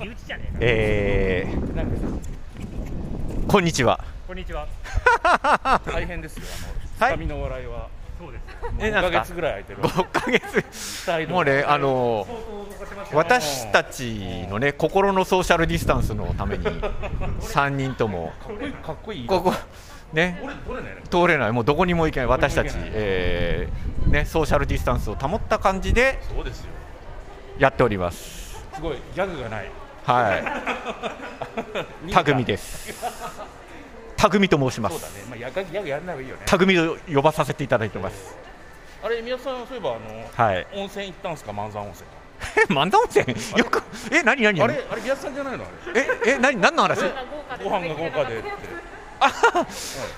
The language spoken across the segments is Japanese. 身内じゃねえかえ なんかー、こんにちは。こんにちは大変ですよ、あ はの、深いみの笑いは、そうですもうえ5なヶんすか月ぐらい空いてる、 5ヶ月。態度もうね、あの相当動かせましたね私たちのね、心のソーシャルディスタンスのために、3人とも、かっこいい、かっこいい、ここ、ね、俺、取れないね、通れない、もうどこにも行けない、私たちどこにも行、えーね、ソーシャルディスタンスを保った感じでそうですよ、やっております。すごい、ギャグが ない、は見い、えたたぐみです。たぐみと申しまそうすだ。ね、まあ、やかギャグやんない方がいいよね、たぐみと呼ばさせていただいてます。あれ、宮田さん、そういえば、あの、はい。温泉行ったんすか、万山温泉、え、万座温泉よく、え、なになにあれ、あれ、宮田さんじゃないの、あれ、え、え、なに、何の話えごご飯が豪華でって、あ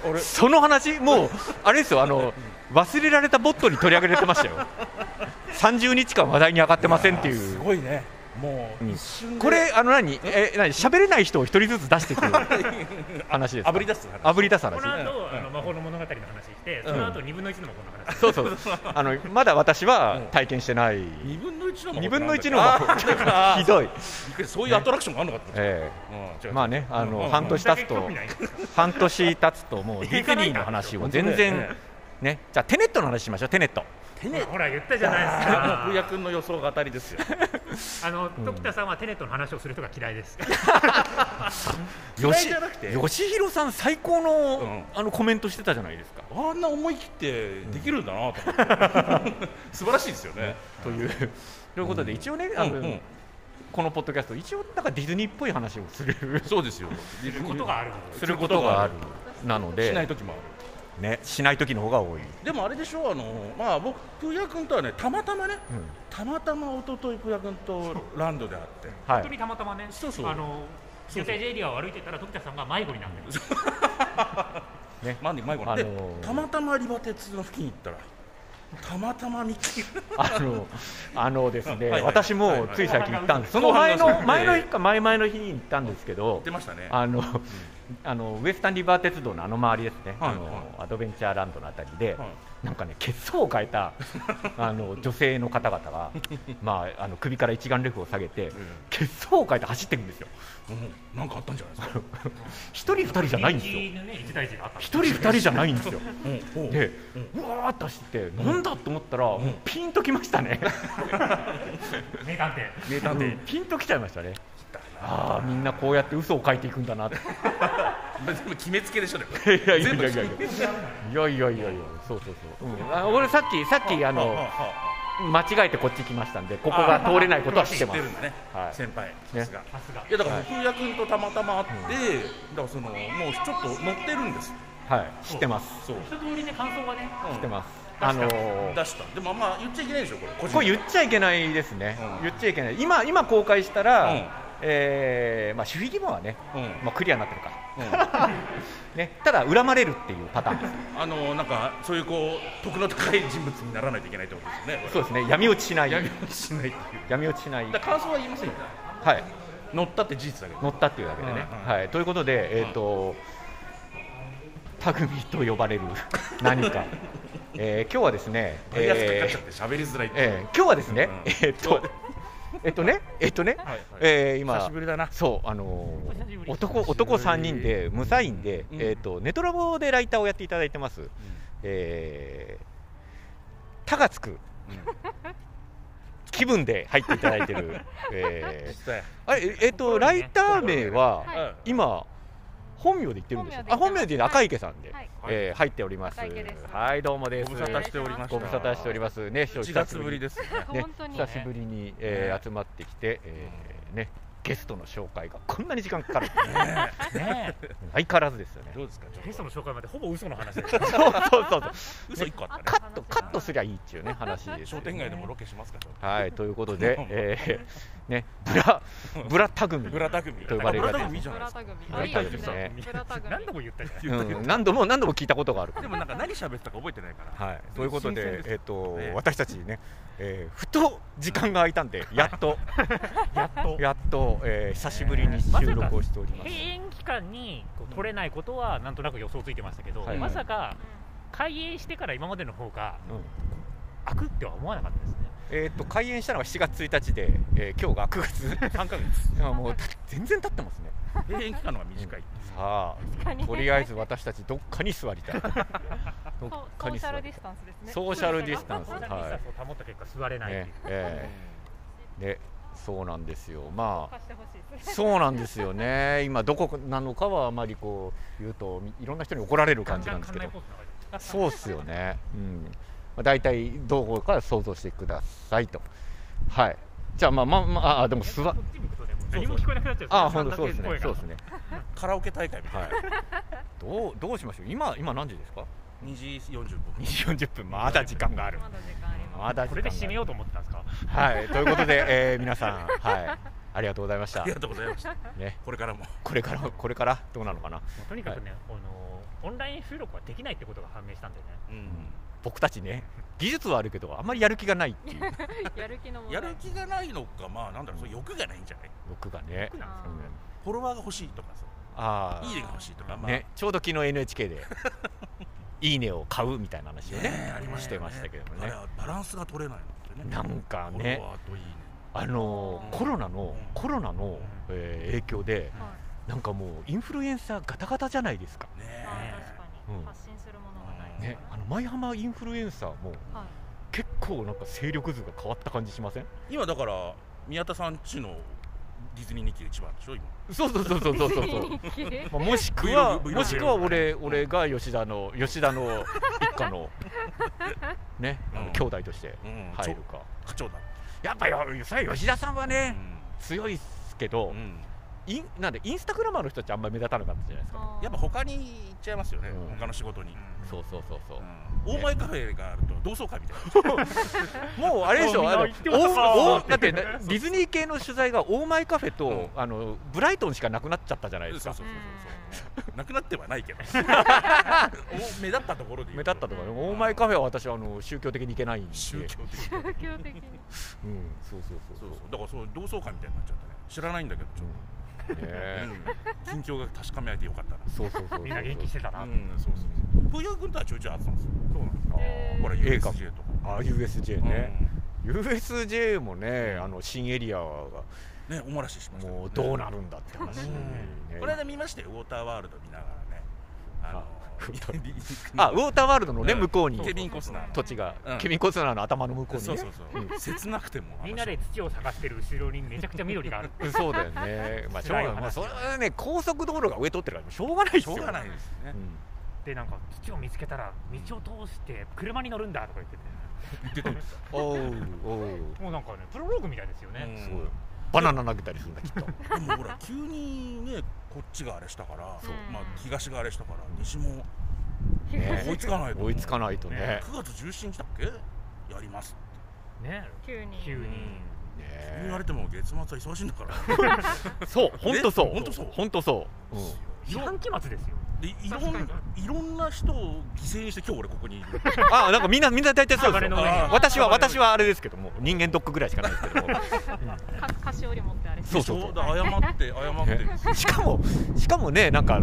俺、その話、もう、あれですよ、あの、忘れられたボットに取り上げられてましたよ。30日間話題に上がってませんっていすう。ごいね、もう、うん一瞬でこれ、あの、何、え、何、喋れない人を一人ずつ出していく話ですか。炙り出す話炙り出すこの話。後、あの魔法の物語の話して、その後二分の一の魔法の話。そうそう。あの、まだ私は体験してない。二分の一の二分の一の魔法あひどい。びっくりそういうアトラクションがあるのかと思っえた、えうんまあね、あの、うん半年経つどんだとけ興味ないんですか半年経つともうディズニーの話を全然本ねじゃあテネットの話しましょうテネットほら言ったじゃないあ古で谷君の予想が当たりですよ。すか。あの、徳田さんはテネットの話をする人が嫌いです。嫌いじゃなくて吉弘さん最高の、うんあのコメントしてたじゃないですかあんな思い切ってできるんだなと思って、素晴らしいですよね。というということで一応ねあの、うんうんこのポッドキャスト一応なんかディズニーっぽい話をす るそうですよ。ということがあるの。することがあるなのしないで時もある。ねしない時の方が多い、でもあれでしょうあのまあ僕古谷君とはねたまたまねうんたまたま一昨日古谷君とランドで会って。は本当いにたまたまね。そうそうあの、予定エリアを歩いてたら、徳田さんが迷子になってる。まあね、迷子なあのでーたまたまリバテツの付近に行ったらたまたま見つける あのあのですね、はいはい私もつい最近行ったんです、はいその前後半のが前の日か前々の日に行ったんですけど、出ましたねあの、あのウエスタンリバー鉄道のあの周りですね、はいあのはいアドベンチャーランドのあたりで、はいなんかね、血相を変えたあの女性の方々が、まあ、あの首から一眼レフを下げて、血相を変えて走っていくんですよ、うんなんかあったんじゃないですか1人、2人じゃないんですよ、1人気のね、一大事があったんです。人、2人じゃないんですよ。うんおうで、うわーって走って、なんだと思ったら、もうピンときましたね。名探偵。名 探偵ピンときちゃいましたねああみんなこうやって嘘を書いていくんだなって全部決めつけでしょでもいやいやいやいやい全部決めつけやいやいやいやそうそうそう、うん、あ俺さっきさっきあのはあはあ間違えてこっち来ましたんでここが通れないことは知って知っまてするんだね、はい先輩ねさすがさすがい。やだから古谷君とたまたま会って、だからそのもうちょっと乗ってるんですよはい知ってますそう、一通りね、感想はね。知ってますうんあの出したでもまあ言っちゃいけないでしょこれ個人これ言っちゃいけないですね、うん言っちゃいけない今今公開したら、うんえーまあ、守秘義務はね、うんまあ、クリアになってるかうんら、ね、ただ恨まれるっていうパターンですあのなんかそういうこう徳の高い人物にならないといけないってことですよねそうですね闇落ちしない闇落ちしないっていう闇落ちしないだから感想は言いませんよはい乗ったって事実だけど乗ったっていうだけでね。うんうんはい、ということで、えっ、と、タグミと呼ばれる何か、えー、今日はですね、バイアスかかえっちゃっーて喋りづらいっていう、えー今日はですね、うんえっ、と、えっとね、えっ、とね、はいはいえー今、久しぶりだなそう、あのーお久しぶり男男3人で、無サインで、うんえっと、ネトラボでライターをやっていただいてます、えー、タがつく気分で入っていただい てる、えー実、際あれえっと、ライター名は、はいうん今本名で言ってるんですよ。あ、本本名名で言ってますで赤池さんで、はいえー入っております赤池です。はい、どうもです。ご無沙汰しておりましたご無沙汰しておりますね。 1月ぶりですねね本当に久しぶりに、えーね集まってきて、えーねゲストの紹介がこんなに時間かかる。 ねえ。相変わらずですよね。 どうですかちょっとゲストの紹介まで、ほぼ嘘の話です。そうそうそうそう。嘘一個あったねカットカットすりゃいいっていうね話ですよ商ね店街でもロケしますかちょっとはい、というこ とで、えーねブラブラタグミブラタグミと呼ばれブるやつラタグミいいじゃブないでラすかタグミブラあいいタグミですねねブラタグミ何度も言ったじゃない。うん、何度も何度も聞いたことがある。でもなんか何喋ったか覚えてないからはい、ということ新鮮で、すえっとね私たちね、えーふと時間が空いたんで、やっと、やっと。やっと、えー久しぶりに収録をしております。閉園期間にこう取れないことはなんとなく予想ついてましたけど、はいまさか開園してから今までの方がうん開くっては思わなかったですね。えー、と開園したのが7月1日で、えー、今日が9月3ヶ月 いやもうた全然経ってますね閉園期間の方が短いさ確かあにとりあえず私たちどっかに座りたいどソっソかーにシ座ャルりたいディスタンスですねソーシャルディスタンスこんなにはいを保った結果座れないってねいう、ええねそうなんですよまあ貸してほしいですそうなんですよね、今、どこなのかはあまりこう言うと、みいろんな人に怒られる感じなんですけど、そうっすよね、うんまあ、大体どこか想像してくださいと。はいじゃあ、まあまあ、まあ、あでも座、座何も聞こえなくなっちゃうあ本当そうですね、そうでですすね、カラオケ大会みたいはい、どうどうしましょう、今、今何時ですかな2時45分 ?2 時40分、まだ時間がある。まだ時間ありままだ時間があるこれで締めようと思ってたんですかはい、ということで、えー皆さん、はい、ありがとうございましたあり。がとうございましたね、これからもこれから、これからどうなのかな、もうとにかくね、あのオンライン収録はできないってことが判明したんでねうん僕たちね、技術はあるけど、あんまりやる気がないっていう。すやる気の問や題る気がないのかまあなんだろうそう欲がないんじゃない僕がね、僕なんですうよあん、フォロワーが欲しいとかさあいいねが欲しいとかあ、まあね、ちょうど昨日 NHK でいいねを買うみたいな話をねねありまししたてよねましたけどあれねはバランスが取れないのってねなんかフォロねワーといいねあのーコロナのうんコロナの、えー影響ではいなんかもうインフルエンサーガタガタじゃないですかねまあえ確かうんに発信するものがないねですかあの舞浜インフルエンサーもらはい結構なんか勢力図が変わった感じしません今だから宮田さんちのディズニー日記が一番でしょ今そうそうそうそうそうそうそう一気に まあもしくは Vlog もしくは俺俺が吉田の吉田の一 家のねあのうん兄弟としてうん入るか課長だやっぱよそれ吉田さんはね、強いっすけど、うんインなんでインスタグラマーの人たちあんまり目立たなかったじゃないですか、あーやっぱ他に行っちゃいますよねうん他の仕事にそうそうそうそう、うん大前カフェがあると同窓会みたいなもうあれでしょあのみんな行ってますかおおだってねディズニー系の取材がオーマイカフェと、うんあのブライトンしかなくなっちゃったじゃないですそかうそうそううんそうなくなってはないけどお目立ったところで言目う立とったとかね、オーマイカフェは私はあの宗教的に行けないんで宗教的宗教的にうん、そうそうそうそそううそうだからそう同窓会みたいになっちゃったね知らないんだけどちょっうんねえと近況が確かめ合えてよかったなそうそうそうそうみんな元気してたな、うんそうそうそうプーヤ君とはちょいちょい会ってたんですよそうなんですあーほらええかも USJ とかあ USJ ね、うん USJ もねあの新エリアがね、おもらししました、ね。もうどうなるんだって話、うんねこれで見ましたよ、ウォーターワールド見ながらね。あ のあウォーターワールドのね、うん向こうにケビンコスナーの土地が、うんケビン・コスナーの頭の向こうにそねうそうそう、切なくても。あのみんなで土を探してる後ろにめちゃくちゃ緑があるうんそうだよ ね、まあ、しょうが辛いない、話まあ、それはね、高速道路が上取ってるから、しょうがないですしよ、ょうがないですねう。んでなんか土を見つけたら道を通して車に乗るんだとか言ってておうおう、もうなんかねプロローグみたいですよね、すごい、バナナ投げたりするんだ、きっと、でもほら、急にね、こっちがあれしたから、そうまあ、東があれしたから、西もね追いつかないと。追いつかないとねね、 9月17日だっけやります。ね急に急そに、う言ねわれても月末は忙しいんだから。そう、本当そう、ね本当そう本当そう、 うん四半期末ですよでいろんいろんな人を犠牲にして今日俺ここにいる。あなんかみんな、みんな大体そうですよ鋼の上にあー私は、鋼の上に私はあれですけども、人間ドックぐらいしかないですけども、か菓子折り持ってあれしてそうそうそうでしょだから謝 って謝って。ねしかも、しかもね、なんか、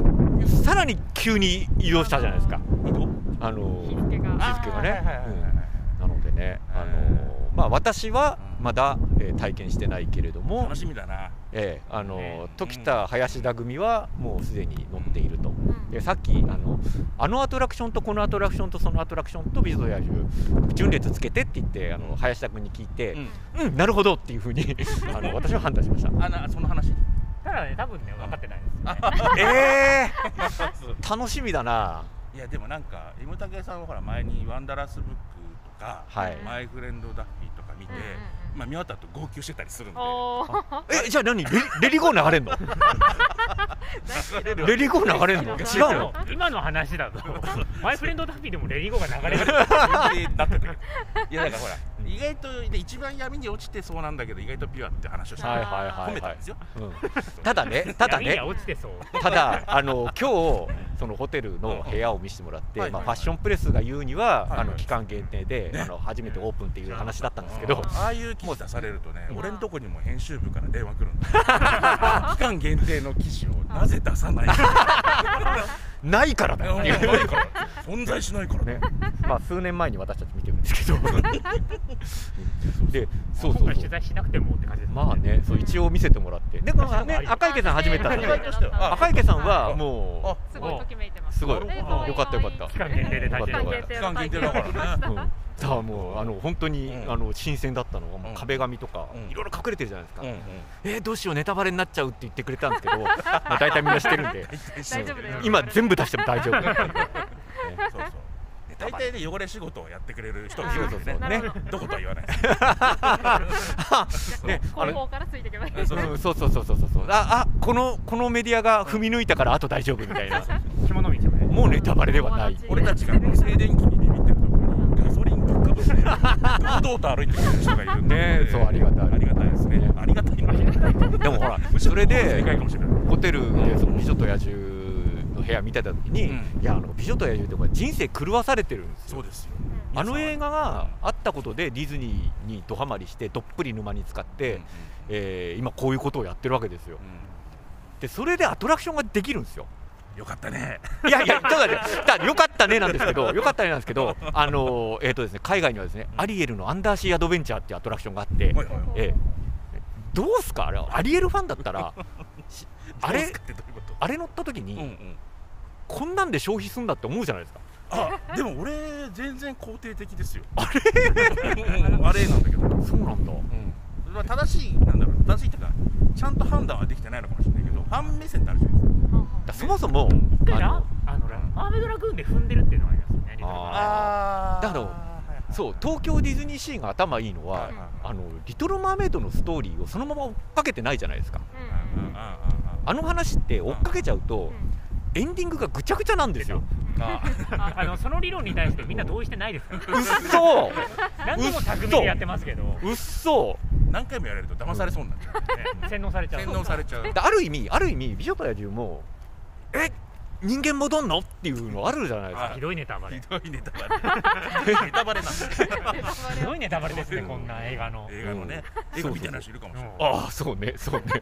さらに急に移動したじゃないですか。移動あの日付が日付がねはいはいはいはいうんなのでね、あのーまあ、私はまだ、えー体験してないけれども楽、しみだな。えーあのーね時田林田組はもうすでに乗っていると、うんでさっきあのあのアトラクションとこのアトラクションとそのアトラクションと美女と野獣順列つけてって言ってあの林田君に聞いて、うんうん、なるほどっていうふうにあの私は判断しました。あなその話ただね多分ね分かってないですよねえー、 楽しみだな。いやでもなんか M たけさんはほら前に「ワンダラスブック」とかはい「マイフレンドダッフィー」とか見て、うんうんうんまあ、見終わった後号泣してたりするんでおーえじゃあ何レレリゴー 流れんの？レリゴー流れんの？大好き違だうでのも？ 今の話だ とマイフレンドダッフィーでもレリゴが流れる限定だったけどいやだからほら意外とで一番闇に落ちてそうなんだけど意外とピュアって話をして、はいはいはいはい褒めたんですよ、うんただね、 ただ闇にねは、落ちてそうただあの今日そのホテルの部屋を見せてもらって、はいまあファッションプレスが言うには、はいあの期間限定で、あの初めてオープンっていう話だったんですけど、ああいう記事出されるとねん俺んとこにも編集部から電話来 るんだ期間限定の記事をなぜ出さないの ないからだよ。 ないから存在しないからね、まあ数年前に私たち見てるんです けどでそうそう今回そ取う材しなくてもって感じですもんまあねそう一応見せてもらってでこの、ね、赤池さん始めたあんねで始めましたよあ赤池さんはもあすごいときめいてまうす。すごいえーよかったよかっ。た可愛い期間限定で体期間験限定期の間体限定だ験からねうん、だからもうあの本当に、うんあの新鮮だったのがもう壁紙とか、うんいろいろ隠れてるじゃないですか、うんうんえーどうしようネタバレになっちゃうって言ってくれたんですけどまあ大体みんな知ってるんで大丈夫だよ今全部出しても大丈夫ねそうそう大体ね汚れ仕事をやってくれる人がいそるうんそでねうそうなねるほどどことは言わないねあ後の方からついていけばいい。 うんそうそうそうそうそうそうああこのこのメディアが踏み抜いたからあと大丈夫みたいな着物道もねもうネタバレではない俺たちがもう静電気にビビってるところにガソリンぶっかぶって堂々と歩いてくる人がいるんでねそうありがたいありがたいですねありがたいなでもほらむしろそれででかいかもしれないホテルでその美女と野獣の部屋見てた時に、うんいやあの美女と野獣ってこれ人生狂わされてるんですよそうですよあの映画があったことでディズニーにドハマりしてどっぷり沼に使って、えー今こういうことをやってるわけですよでそれでアトラクションができるんですよよかったねいやいや、ちょっと待ってだからよかったねなんですけ ど、よかったねなんですけど、あのえーとですね、海外にはですね、アリエルのアンダーシーアドベンチャーっていうアトラクションがあって、はいはいはいええどうすか、あれ、アリエルファンだったら、しあどうれすか、ってどういうことあれ乗った時に、うんうんこんなんで消費すんだって思うじゃないですか、あでも俺全然肯定的ですよあれあれなんだけどそうなんだ、うんまあ正しいなんだろう正しいっていうかちゃんと判断はできてないのかもしれないけどファン目線ってあるじゃないですかだそもそも、であラのあのラマーメイドラグーンで踏んでるっていうのがありますよねリトルマーメイドあーだだからそう東京ディズニーシーが頭いいのは、はいはいはいあの、リトル・マーメイドのストーリーをそのまま追っかけてないじゃないですか。うんうんあの話って追っかけちゃうと、うエンディングがぐちゃぐちゃなんですよ。んあああのその理論に対してみんな同意してないですからうっそ 何度も巧みでやってますけど、うっそ何回もやられると騙されそうになっちゃう、ね、洗脳されちゃう洗脳されちゃうである意味ある意味美女と野獣もえ人間戻んのっていうのあるじゃないですあかひどいネタバレひどいネタバレネタバレなんだよひどいネタバレですねこんな映画の映画のね、うん映画見てない人いるかもしれない、うんああそうねそうね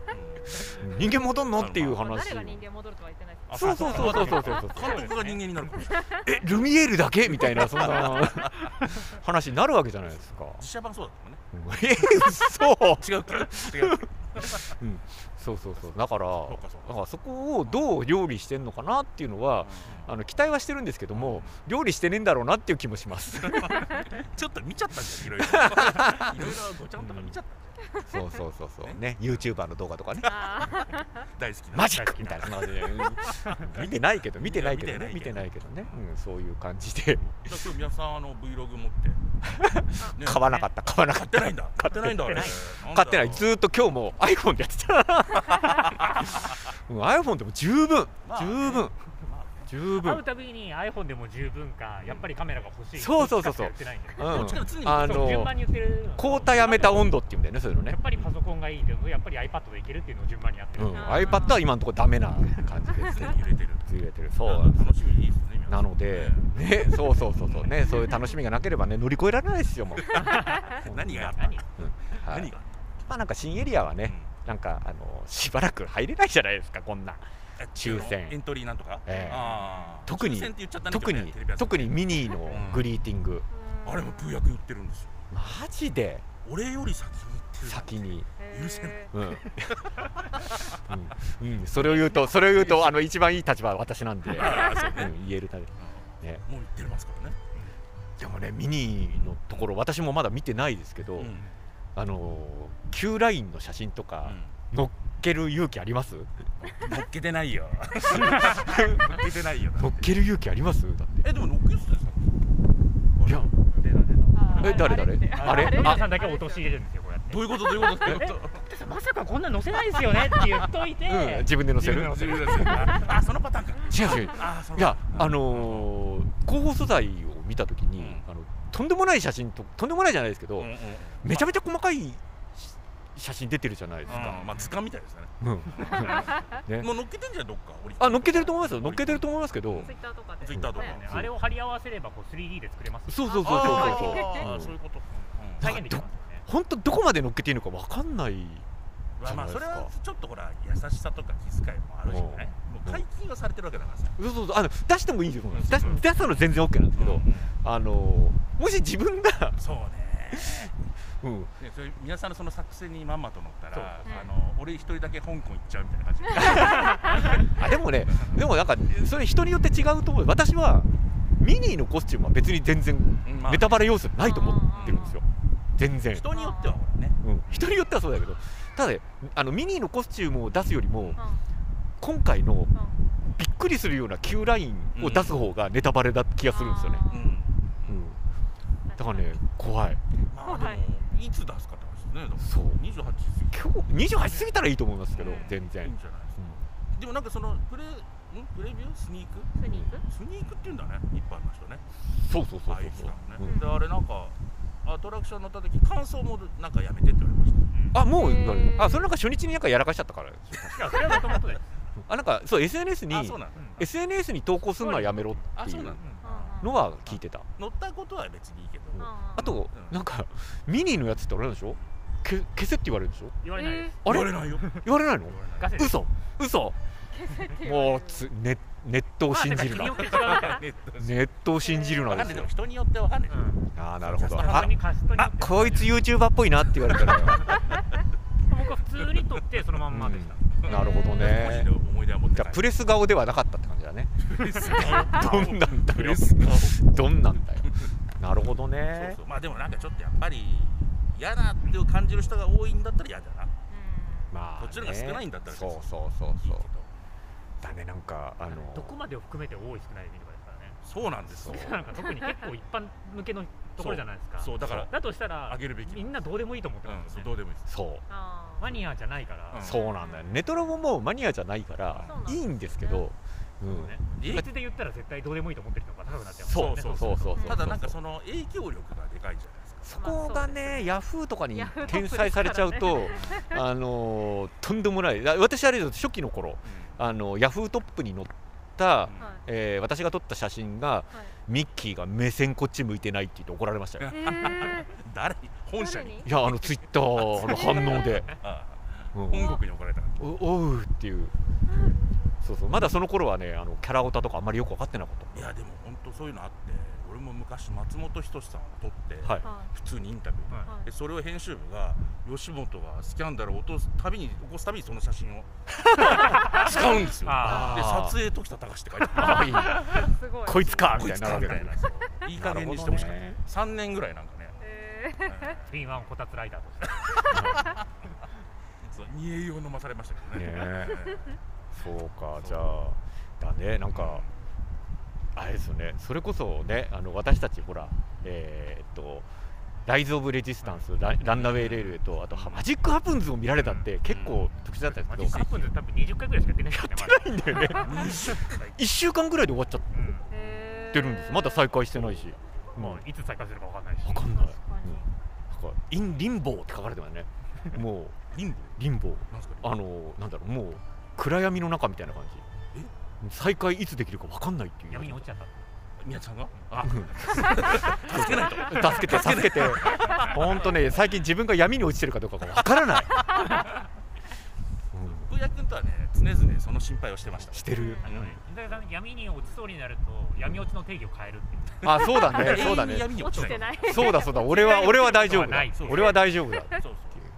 人間戻んのっていう話誰が人間戻るとは言ってないです。そうそうそうそうそうそうそう監督が人間になるかもしれないえルミエールだけみたいなそんな話になるわけじゃないですか実写版そうだったもんねうんえ嘘違うけど違うけどそうそうそうだからうかそうかだからそこをどう料理してんのかなっていうのはあの期待はしてるんですけども料理してねえんだろうなっていう気もしますちょっと見ちゃったじゃん いろいろいろいろごちゃんとか見ちゃったそうそうそうそうね YouTuber の動画とかねあー大好きな マジックみたいな感じで、うん見てないけど見てないけどねいや見見ててなないけどね、うん、そういう感じでだから今日皆さんあの Vlog 持 って、ね買わなかった買わなか買っってたないんだ買ってないんだあれ買ってないずーっと今日も iPhone でやってた、うん、iPhone でも十分まあ十ね分十会う分、たびに iPhone でも十分かやっぱりカメラが欲しいそうそうそうそうどっちかしか言ってないんだようねこっちから常にん、あそう順の番に言ってる交代やめた温度っていうんだよねそういうのやねっ、ぱりパソコンがいいでもやっぱり iPad でいけるっていうのを順番にやってうる、ん、iPad は今のところダメな感じです常に揺れてるずれてるそうなんです楽しみいいですね皆さんなので、ね、そうそうそうそうねそういう楽しみがなければね乗り越えられないですよも う、何がやったは何い何があったまあなんか新エリアはね、なんかあのしばらく入れないじゃないですかこんなえ抽選エントリーなんとか、ええあー特に抽選って言っちゃったね特今日にねテレビ朝日特にミニーのグリーティング、うんあれもプーヤ君言ってるんですよマジで俺より先に言ってる先に、へー許せないうん うんうんそれを言うとそれを言うとあの一番いい立場は私なんで、あーそうねうん言えるためねもう言ってますからね、でもねミニーのところ私もまだ見てないですけど、うんあの Q ラインの写真とか、乗っける勇気ありますうん乗っけてないよ乗っけてないよだって乗っける勇気ありますだってえでも乗っけてたじゃんいや出た出たあーえ誰誰ってあれあれあ皆さんだけ落とし入れるんですよこうやってどういうことどういうことどういうことまさかこんな載せないですよねって言っといて、うん、自分で載せる自分そういうことで載せるですよあそのパターンか違う 違うあーそのいや、あのー、広報素材を見たときに、うんあのとんでもない写真ととんでもないじゃないですけど、うんうんうんめちゃめちゃ細かいし写真出てるじゃないですかうん、まあ図鑑みたいですねうんねもう乗っけてんじゃんどっか折りあ乗っけてると思いますよ乗っけてると思いますけど、ツイッターとかで。ツイッターとかねあれを貼り合わせればこう 3D で作れますよそうそうそうそうそうそうあーうんそういうこと、うん再現できますよね本当どこまで乗っけていいのかわかんないまあまあそそうですれかはちょっとほら優しさとか気遣いもあるしねもう解禁はされてるわけだからさそうそうそうあの出してもいいんですようん出し出すの全然 OK なんですけど、うんあのもし自分が、そうねうん、ねそれ皆さんのその作戦にまんまと乗ったそうらうんあの俺一人だけ香港行っちゃうみたいな感じであでもねでもなんかそれ人によって違うと思う私はミニーのコスチュームは別に全然うんまあネタバレ要素ないと思ってるんですよ全然、人によってはほらねうん、人によってはそうだけどただねあのミニーのコスチュームを出すよりもうん今回のうんびっくりするような Q ラインを出す方がネタバレだ気がするんですよね、あーうんうん、だからね怖いまあはでいもいつ出すかって話ですねだからそう28過ぎて今日28過ぎたらいいと思いますけどうん全いいん然じゃないですかでもなんかそのプレんプレビュースニークスニークスニークっていうんだね一般の人ねそうそうそうああいう人そうだもうんねであれなんかアトラクション乗った時感想もなんかやめてって言われましたあもうへー言われるあそれなんか初日になんかやらかしちゃったからいやそれはもともとですあなんかそう SNS あにそうなんだ SNS に投稿するのはやめろっあていそうなんうだのは聞いてた乗ったことは別にいいけどうんうんうんあとうんなんかミニーのやつってあれなんでしょけ消せって言われるんでしょ言われないです、言あれわれないよ言われないの言われないガセです嘘嘘もうつネネットを信じるまあなてか日によって違うからネットネットを信じるわなかんでないすでも人よによってわかんないでしょうんああなるほど本あ当に貸しとにあこいつ YouTuber っぽいなって言われたら僕は普通に撮ってそのまんまでした、なるほど個人ねの思い出は持ってだなかいらプレス顔ではなかったって感じだねプレス顔どんなんだプよレス顔どんなんだよなるほどそうねそうまあでもなんかちょっとやっぱり嫌だっていう感じる人が多いんだったら嫌だなうんまあ、ね、こっちの方が少ないんだったらそうそうそういいけそどうだねなんかあのどこまでを含めて多い少ないとかですからねそうなんですよそうなんか特に結構一般向けのところじゃないですかそうだからだとしたらあげるべきみんなどうでもいいと思ってうまんすそうよねどうでもいいですそうあーマニアじゃないから、うんそうなんだよネトロももうマニアじゃないからそうなんですいねいんですけどうんねえ理屈で言ったら絶対どうでもいいと思ってる人が高くなっちゃいますそようねそうそうそうそうそうただなんかその影響力がでかいじゃないですかそこがまあそうですねねヤフーとかにヤフーと転載されちゃうとあのとんでもないだ私あれです初期の頃あのヤフートップに載ったうんはいえー私が撮った写真がはいミッキーが目線こっち向いてないって言って怒られましたよえ誰にー本社にいやあのツイッターの反応で、あうあ本ん国に怒られたのおおうっていうそうそうまだその頃はねあのキャラオタとかあんまりよく分かってなかっいやでも本当そういうのあって俺も昔松本人志さんを撮ってたはいは普通にインタビューではいはいでそれを編集部が吉本がスキャンダルを落とすたびに起こすたびにその写真を使うんですよあであー撮影時田隆って書いてあるあいいすごいこいつかこみいたいつになるかわみけただいなそういい加減にしてほしかっなるた3年ぐらいなんかねえー敏腕こたつライダーとしてそう煮え湯を飲まされましたけどねねええそうかじゃあだねなんかあれですよねそれこそねあの私たちほらえーっとライズ・オブ・レジスタンス、ラランナウェイ・レールウェイとあとマジック・ハプンズを見られたって結構特殊だったんマジですックけどアップで多分20回ぐらいしか出ないですよねまだないんだよ ね20回1週間ぐらいで終わっちゃっうんえーてるんですまだ再開してないしまもあういつ再開するかわかんないしわかんない確かになんかインリンボーって書かれて ますね。もう貧乏リンボー。なんですかあのなんだろうもう暗闇の中みたいな感じ。再開いつできるかわかんないっていう。闇に落ちちゃった宮ちゃんがあ助けないと。助けて助けて。本当ね最近自分が闇に落ちてるかどうかがわからない。う福谷君とはね常々その心配をしてましたんしてる。あのね伊沢さん闇に落ちそうになると闇落ちの定義を変えるっていうあそうだねそうだ永遠にね。闇に落落ちちてないないそうだそうだ俺は俺は大丈夫だないそう。俺は大丈夫だ。そうそう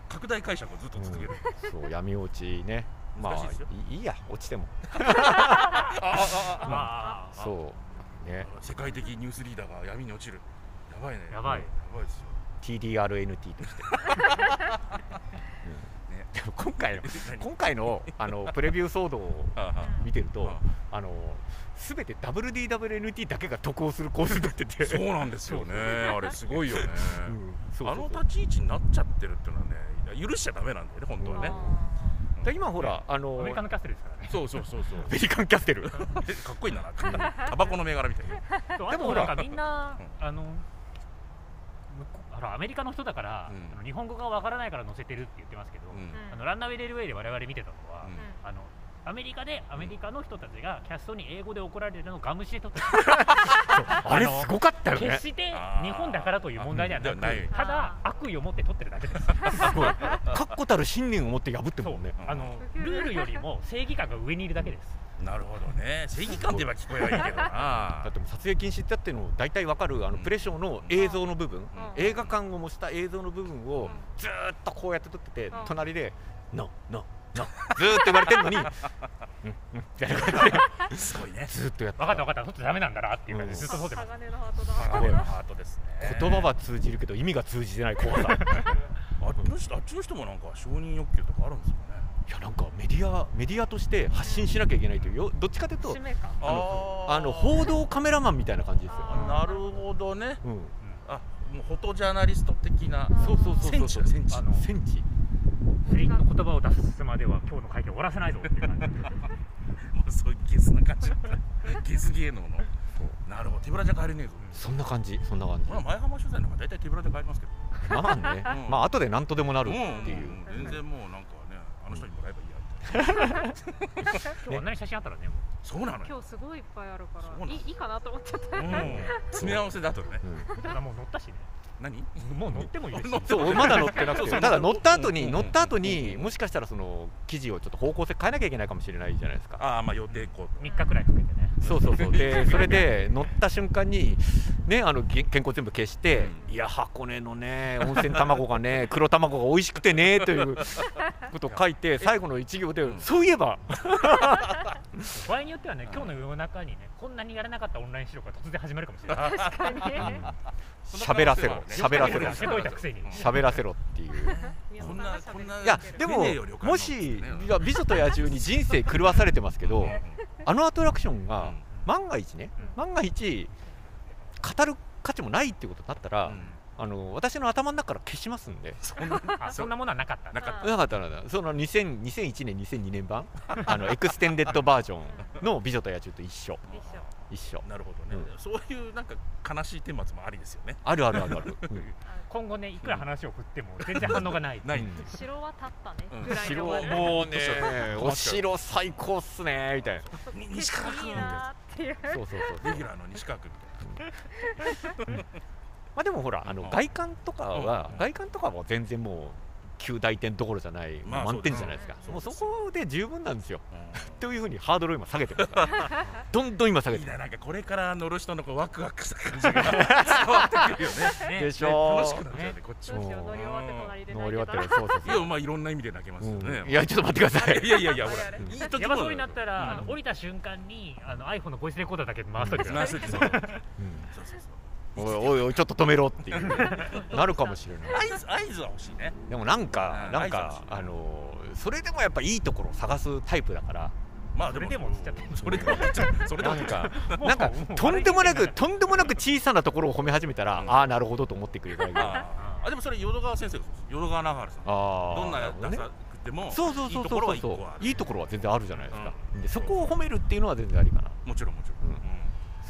拡大解釈をずっと続けるうんそう闇落ちね。ま難しいですよあいいいや落ちても。ああそうね。世界的ニュースリーダーが闇に落ちるやばいねやばいやばいですよ TDRNT として、ねでも今回の今回のあのプレビュー騒動をああああ見てるとああの全て WDWNT だけが得をする構図になっててそうなんですよね、 あれすごいよね。うんそうそあうそうの立ち位置になっちゃってるっていうのはね、許しちゃダメなんだよね、本当はね。あだ今ほらあのアアメメリカのキャステルですからねそうそうそうそう。 リカンキャステルえかっこいいんだなって。タバコの銘柄みたいな。そうあでともなほんからみんなうあの向こうあのアメリカの人だから、うんあの日本語がわからないから載せてるって言ってますけど、うんーあのランナウェイレールウェイで我々見てたのは、うんうあのアメリカでアメリカの人たちがキャストに英語で怒られるのをガムシで撮 ってあれあのすごかったよね決して日本だからという問題ではなあくーではないただ悪意を持って撮ってるだけ ですすごい確固たる信念を持って破ってるそうもんねあのルールよりも正義感が上にいるだけですなるほどね正義感では聞こえはいいけどなだってもう撮影禁止ってあっていうのを大体わかるあのプレショーの映像の部分、うん映画館を模した映像の部分をずーっとこうやって撮ってて、ん隣で「なななずーっと言われてるのに「うんうん」みたいな感じですごいねずーっとやって分かった分かった撮っちゃダメなんだなっていう感じでずっと撮ってます鋼のハートだ。すごいハートですね言葉は通じるけど意味が通じてない怖さあっちの人あっちの人もなんか承認欲求とかあるんですよねいやなんかメディアメディアとして発信しなきゃいけないというよどっちかというと使命感。あのあの報道カメラマンみたいな感じですよ、あなるほどねうん、あもうフォトジャーナリスト的なそうそうそうそうそう戦地だ戦地あの戦地全員の言葉を出すまでは今日の会見終わらせないぞっていう 感じもうそういうゲスな感じだ ったゲス芸能のなるほど手ぶらじゃ帰れねえぞそんな感じそんな感じこれは前浜取材なんか大体手ぶらで帰りますけどまあね、うんまあ後で何とでもなるっうてんいう、うんうん全然もうなんかねあの人にもらえばいいやみたいな今日あんなに写真あったらねもうそうなのよ今日すごいいっぱいあるかそうなのら、いいいかなと思っちゃった。うん詰め合わせだとねうんだからもう乗 ったしね何もう乗ってもいいですしそうまだ乗ってなそうくて、そうただ乗った後うんうんに、うん乗った後に、もしかしたらその記事をちょっと方向性変えなきゃいけないかもしれないじゃないですか。ああまあ予定こう3日くらいかけて ねそうそ うそう、で、それで乗った瞬間に、ね、あのげ健康全部消して、いや、箱根のね、温泉卵 がね、黒卵が美味しくてねということを書いて、最後の一行でう、んそういえば、場合によってはね今日の夜中にねこんなにやらなかったオンライン収録が突然始まるかもしれない確かに。喋らせろ、喋らせろ喋、らせろといたくせに喋らせろっていう。宮こ本んなさが喋こんるないうやん見でもねえよ旅館のもしうんいや美女と野獣に人生狂わされてますけどあのアトラクションが万が一ねうん万が一語る価値もないっていうことになったら、うんあの私の頭の中から消しますんで。そんなあそんなものはなかったなかっなかったらその2000 2001年2002 年版あのエクステンデッドバージョンの「美女と野獣」と一緒一緒一緒たなるほどねうそういうなんか悲しい顛末もありですよねあるあるあるある、うん今後ねいくら話を振っても全然反応がない ないうん城は立ったねうん。ぐらいで城終わる。もうねどおうし城最高っすねみたいなに景西川色い君いなーっていう。そうそうそうレギュラーの西川君みたいなまあでもほらあのうん外観とかは、うん外観とかは全然もう旧大点どころじゃない、まあ満点じゃないですかそうもでうすそこで十分なんですようというふうにハードルを今下げてますから どんどん今下げんいいてなまなんかこれから乗る人のこうワクワクした 感じが伝わってくるよねすでねしょ楽しくなっちゃうねこっちどうもしよう乗り終わって隣で乗泣り終いわっててたるら。そうそういそうやまあいろんな意味で泣けますよね、うんいやちょっと待ってくださいいやいやいやほあられあれいいとこ山沿いになったうら、んあの降りた瞬間にあの iPhone のボイスレコーダーだけ回しといてくだなさそいうそうそううんそうそうおいおいおいちょっと止めろっていうなるかもしれない合図合図は欲しいねでもなんかうんなんか挨拶あのーそれでもやっぱいいところを探すタイプだからまあそれでも落ちちゃったそれでも落ちちゃった それでなも落んちちゃっかもうなんかもうとんでもな笑くとんでもなく小さなところを褒め始めたら、うんああなるほどと思ってくれるだけたああーあでもそれ淀川先生がそうです淀川長春さんあどんなるやほつどねなくてもそうそういそいうところはそう一個そはあうるいいところは全然あるじゃないですか、うんでそこを褒めるっていうのは全然ありかなもちろんもちろん、ううんん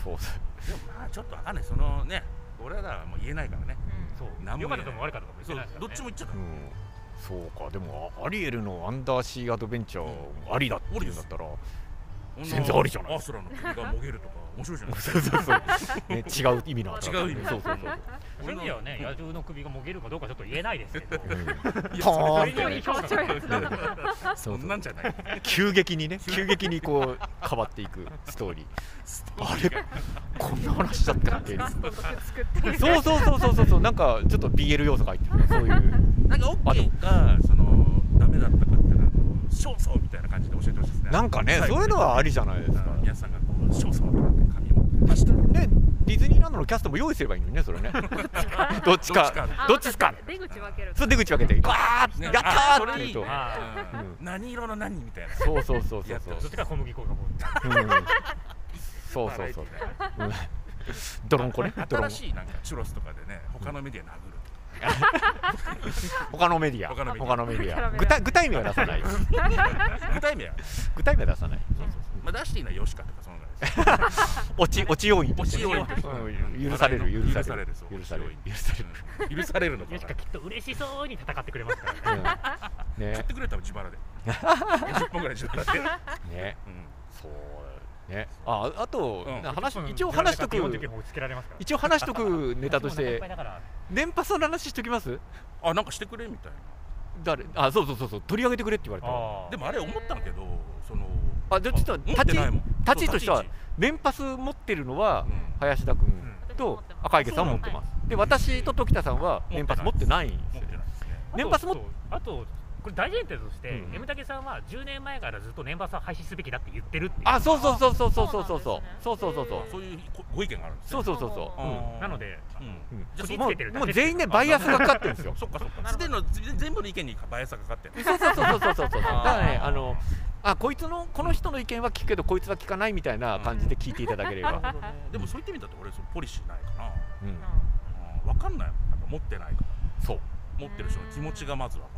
そうそうでもまあちょっとわかんないそのね俺らはもう言えないからねそなんうも良かったとも悪かったとも言っそてうないですかどらねっちも言っちゃった、うんそうかでもアリエルのアンダーシーアドベンチャーありだっていうんだった ら、こん全然ありじゃないアスラの首がもげるとか面白いじゃないそうそうそう、ね、違う意味のアトラクショ違ンう意味そうそうそうそういう意味ではね野獣の首がもげるかどうかちょっと言えないですけどいやポそーンすれそごれいに気持ち悪いやつだな。そそうそんうなんじゃない 急激にね急激にこう変わっていくストーリーあれこんな話だったっけガストとくっつくっていう。そうそうそうそうそうそうなんかちょっと BL 要素が入ってるそういうなんか OK かそのダメだったかっていうのは少々みたいな感じで教えてほしいですねなんかねそういうのはありじゃないですか皆さんがこう少々って紙持って出してねディズニーランドのキャストも用意すればいいのにねそ れねどっちどっちかかあどっちっすか出口分ける。そう出口分けてわーやったあーって言うとそれいいねあーうん何色の何みたいなそうそうそうそやうっそてうほしどっちか小麦粉がもううんそうそうそううんドロンコねドロン新しコいなんかチュロスとかでね他のメディア殴るとか他のメディア他のメディア他のメディア具体具体名は出さない 具体名は具体名は出さないそうそううまあ、出していいのはよしかとかそのぐらいです落ち落ち要因と落してちね要因としてうん許される許される許さ許されれるる許される許されるのかなよし買かきっと嬉しそうに戦ってくれますからねうんねってくれたら自 腹で10本ぐらい自腹で、ねうんそうねああと、うん話こっちも一応話しと基本的にく押し付けられますから一応話しとくネタとしこっちもお腹いってぱいだから年パスの話しときますあなんかしてくれみたい誰あそうそうそうそう取り上げてくれって言われたああなーでもあれ思ったんだけどそのあじゃあちょっと持って立ちないもん立ち位置としてそはう年パス持ってるのは立ち位置うん林田君うんと赤池さんは持ってますで私と時田さんは年パス持ってないんで持すよってないですね年パスもそうあとこれ大前提として、うん M 竹さんは10年前からずっと年パスは廃止すべきだって言ってるっていうあそうそうそうそうそうそうそうそうそそううなそそうそうそうんですねういうごご意見があるんですそうねそうそうそううんあーなのでうんうんじゃあそうこもりつけてるうだもけう全員ねバイアスがかかってるんですよそっかそっかなるほどすでのぜ全部の意見にバイアスがかかってるそうそうそうそうそうそうそうだあーからねあのあこいつのこの人の意見は聞くけどこいつは聞かないみたいな感じで聞いていただければ、でもそういった意味だと俺そのポリシーないかなうんう ん分かんないもんなんか持ってないからそう持ってる人の気持ちがまず分か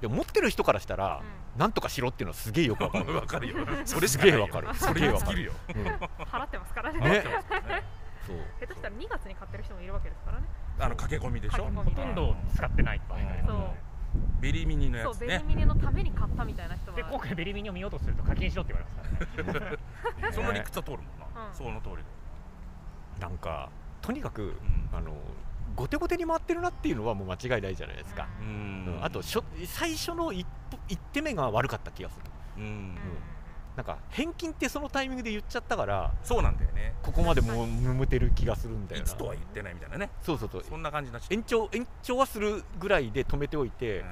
でも持ってる人からしたら、なんとかしろっていうのはすげえよくわんかるない分かるよ それしすかげなえいよわかるそすげれえはわ尽かきるるようん払ってますからねねそう下手したら2月に買ってる人もいるわけですからねあの駆け込みでしょ駆け込ほみとんど使ってない場合がありますそうベリミニのやそうつベニねミネのために買ったみたいな人はで今回ベリミニを見ようとすると課金しろって言われますからねその理屈は通るもんうなんその通りだよなんかとにかくうんあの後手後手に回ってるなっていうのはもう間違いないじゃないですか、ううんんあとしょ最初の一歩一手目が悪かった気がすうんるうんなんか返金ってそのタイミングで言っちゃったからそうなんだよねここまでもうむむてる気がするんだ よいなつとは言ってないみたいなねそうそうそうそんな感じになっちゃ延長延長はするぐらいで止めておいて、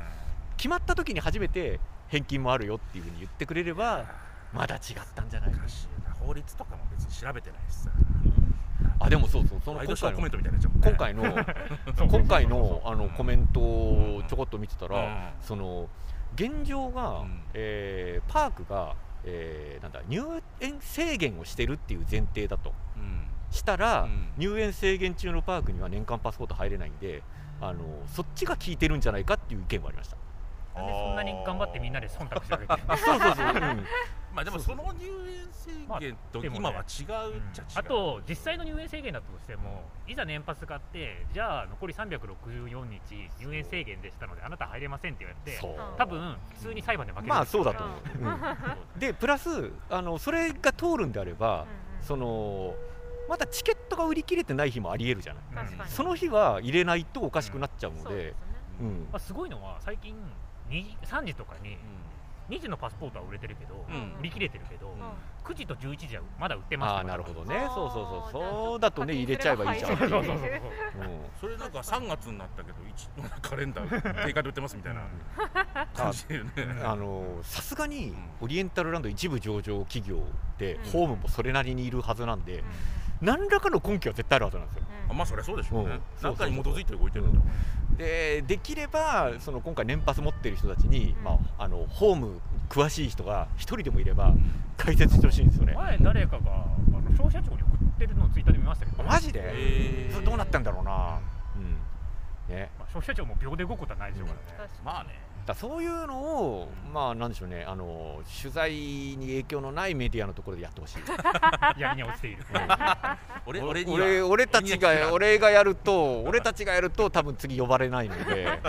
決まった時に初めて返金もあるよっていうふうに言ってくれればまだ違ったんじゃないうんかおかしいな法律とかも別に調べてないしさあでもそうそうそのワイ今ドショ回ーコメのントみたいになっちゃうもんね今回のそう今回のあうのんコメントをちょこっと見てたら、うんその現状が、うんえーパークが、えーなんだ入園制限をしてるっていう前提だとうんしたら、うん入園制限中のパークには年間パスポート入れないんであのそっちが効いてるんじゃないかっていう意見もありました。なんでそんなに頑張ってみんなで忖度してあげてる のそうそうそう、うんまあでもその入園制限と今は違うっちゃ違う、あと実際の入園制限だったとしてもいざ年パス買ってじゃあ残り364日入園制限でしたのであなた入れませんって言われ てそう多分普通に裁判で負けるまあそうだとと思う、思うんでプラスあのそれが通るんであれば、そのまだチケットが売り切れてない日もありえるじゃない確かにその日は入れないとおかしくなっちゃうのそうでで、すねうんまあ、すごいのは最近2時3時とかに2時のパスポートは売れてるけど、うん売り切れてるけど、ん9時と11時はまだ売ってますあとあかなるほどあねーそうそうそうじゃあそうだとね入れちゃえばいいじゃん、ちうょんっと そうそう課金すそそうそうれば入れるれなんか3月になったけど一 カレンダー定価で売ってますみたいな感じでねあのさすがにうんオリエンタルランド一部上場企業でうんホームもそれなりにいるはずなんで何らかの根拠は絶対あるはずなんですようんうんあまあそりゃそうでしょううねん何かに基づいて動いてるんだもんでできればその今回年パス持ってる人たちに、うんまあ、あのホーム詳しい人が一人でもいれば解説してほしいんですよね前誰かがあの消費者庁に送ってるのをツイッターで見ましたけど、マジで、えそれどうなったんだろうな、うんね、まあ、消費者庁も秒で動くことはないでしょうからね、確かまあねだそういうのを、まあ、なんでしょうねあの、取材に影響のないメディアのところでやってほしい、 闇に落ちている俺 俺俺には俺俺たちが俺がやると、俺たちがやると、多分次呼ばれないの で、うん、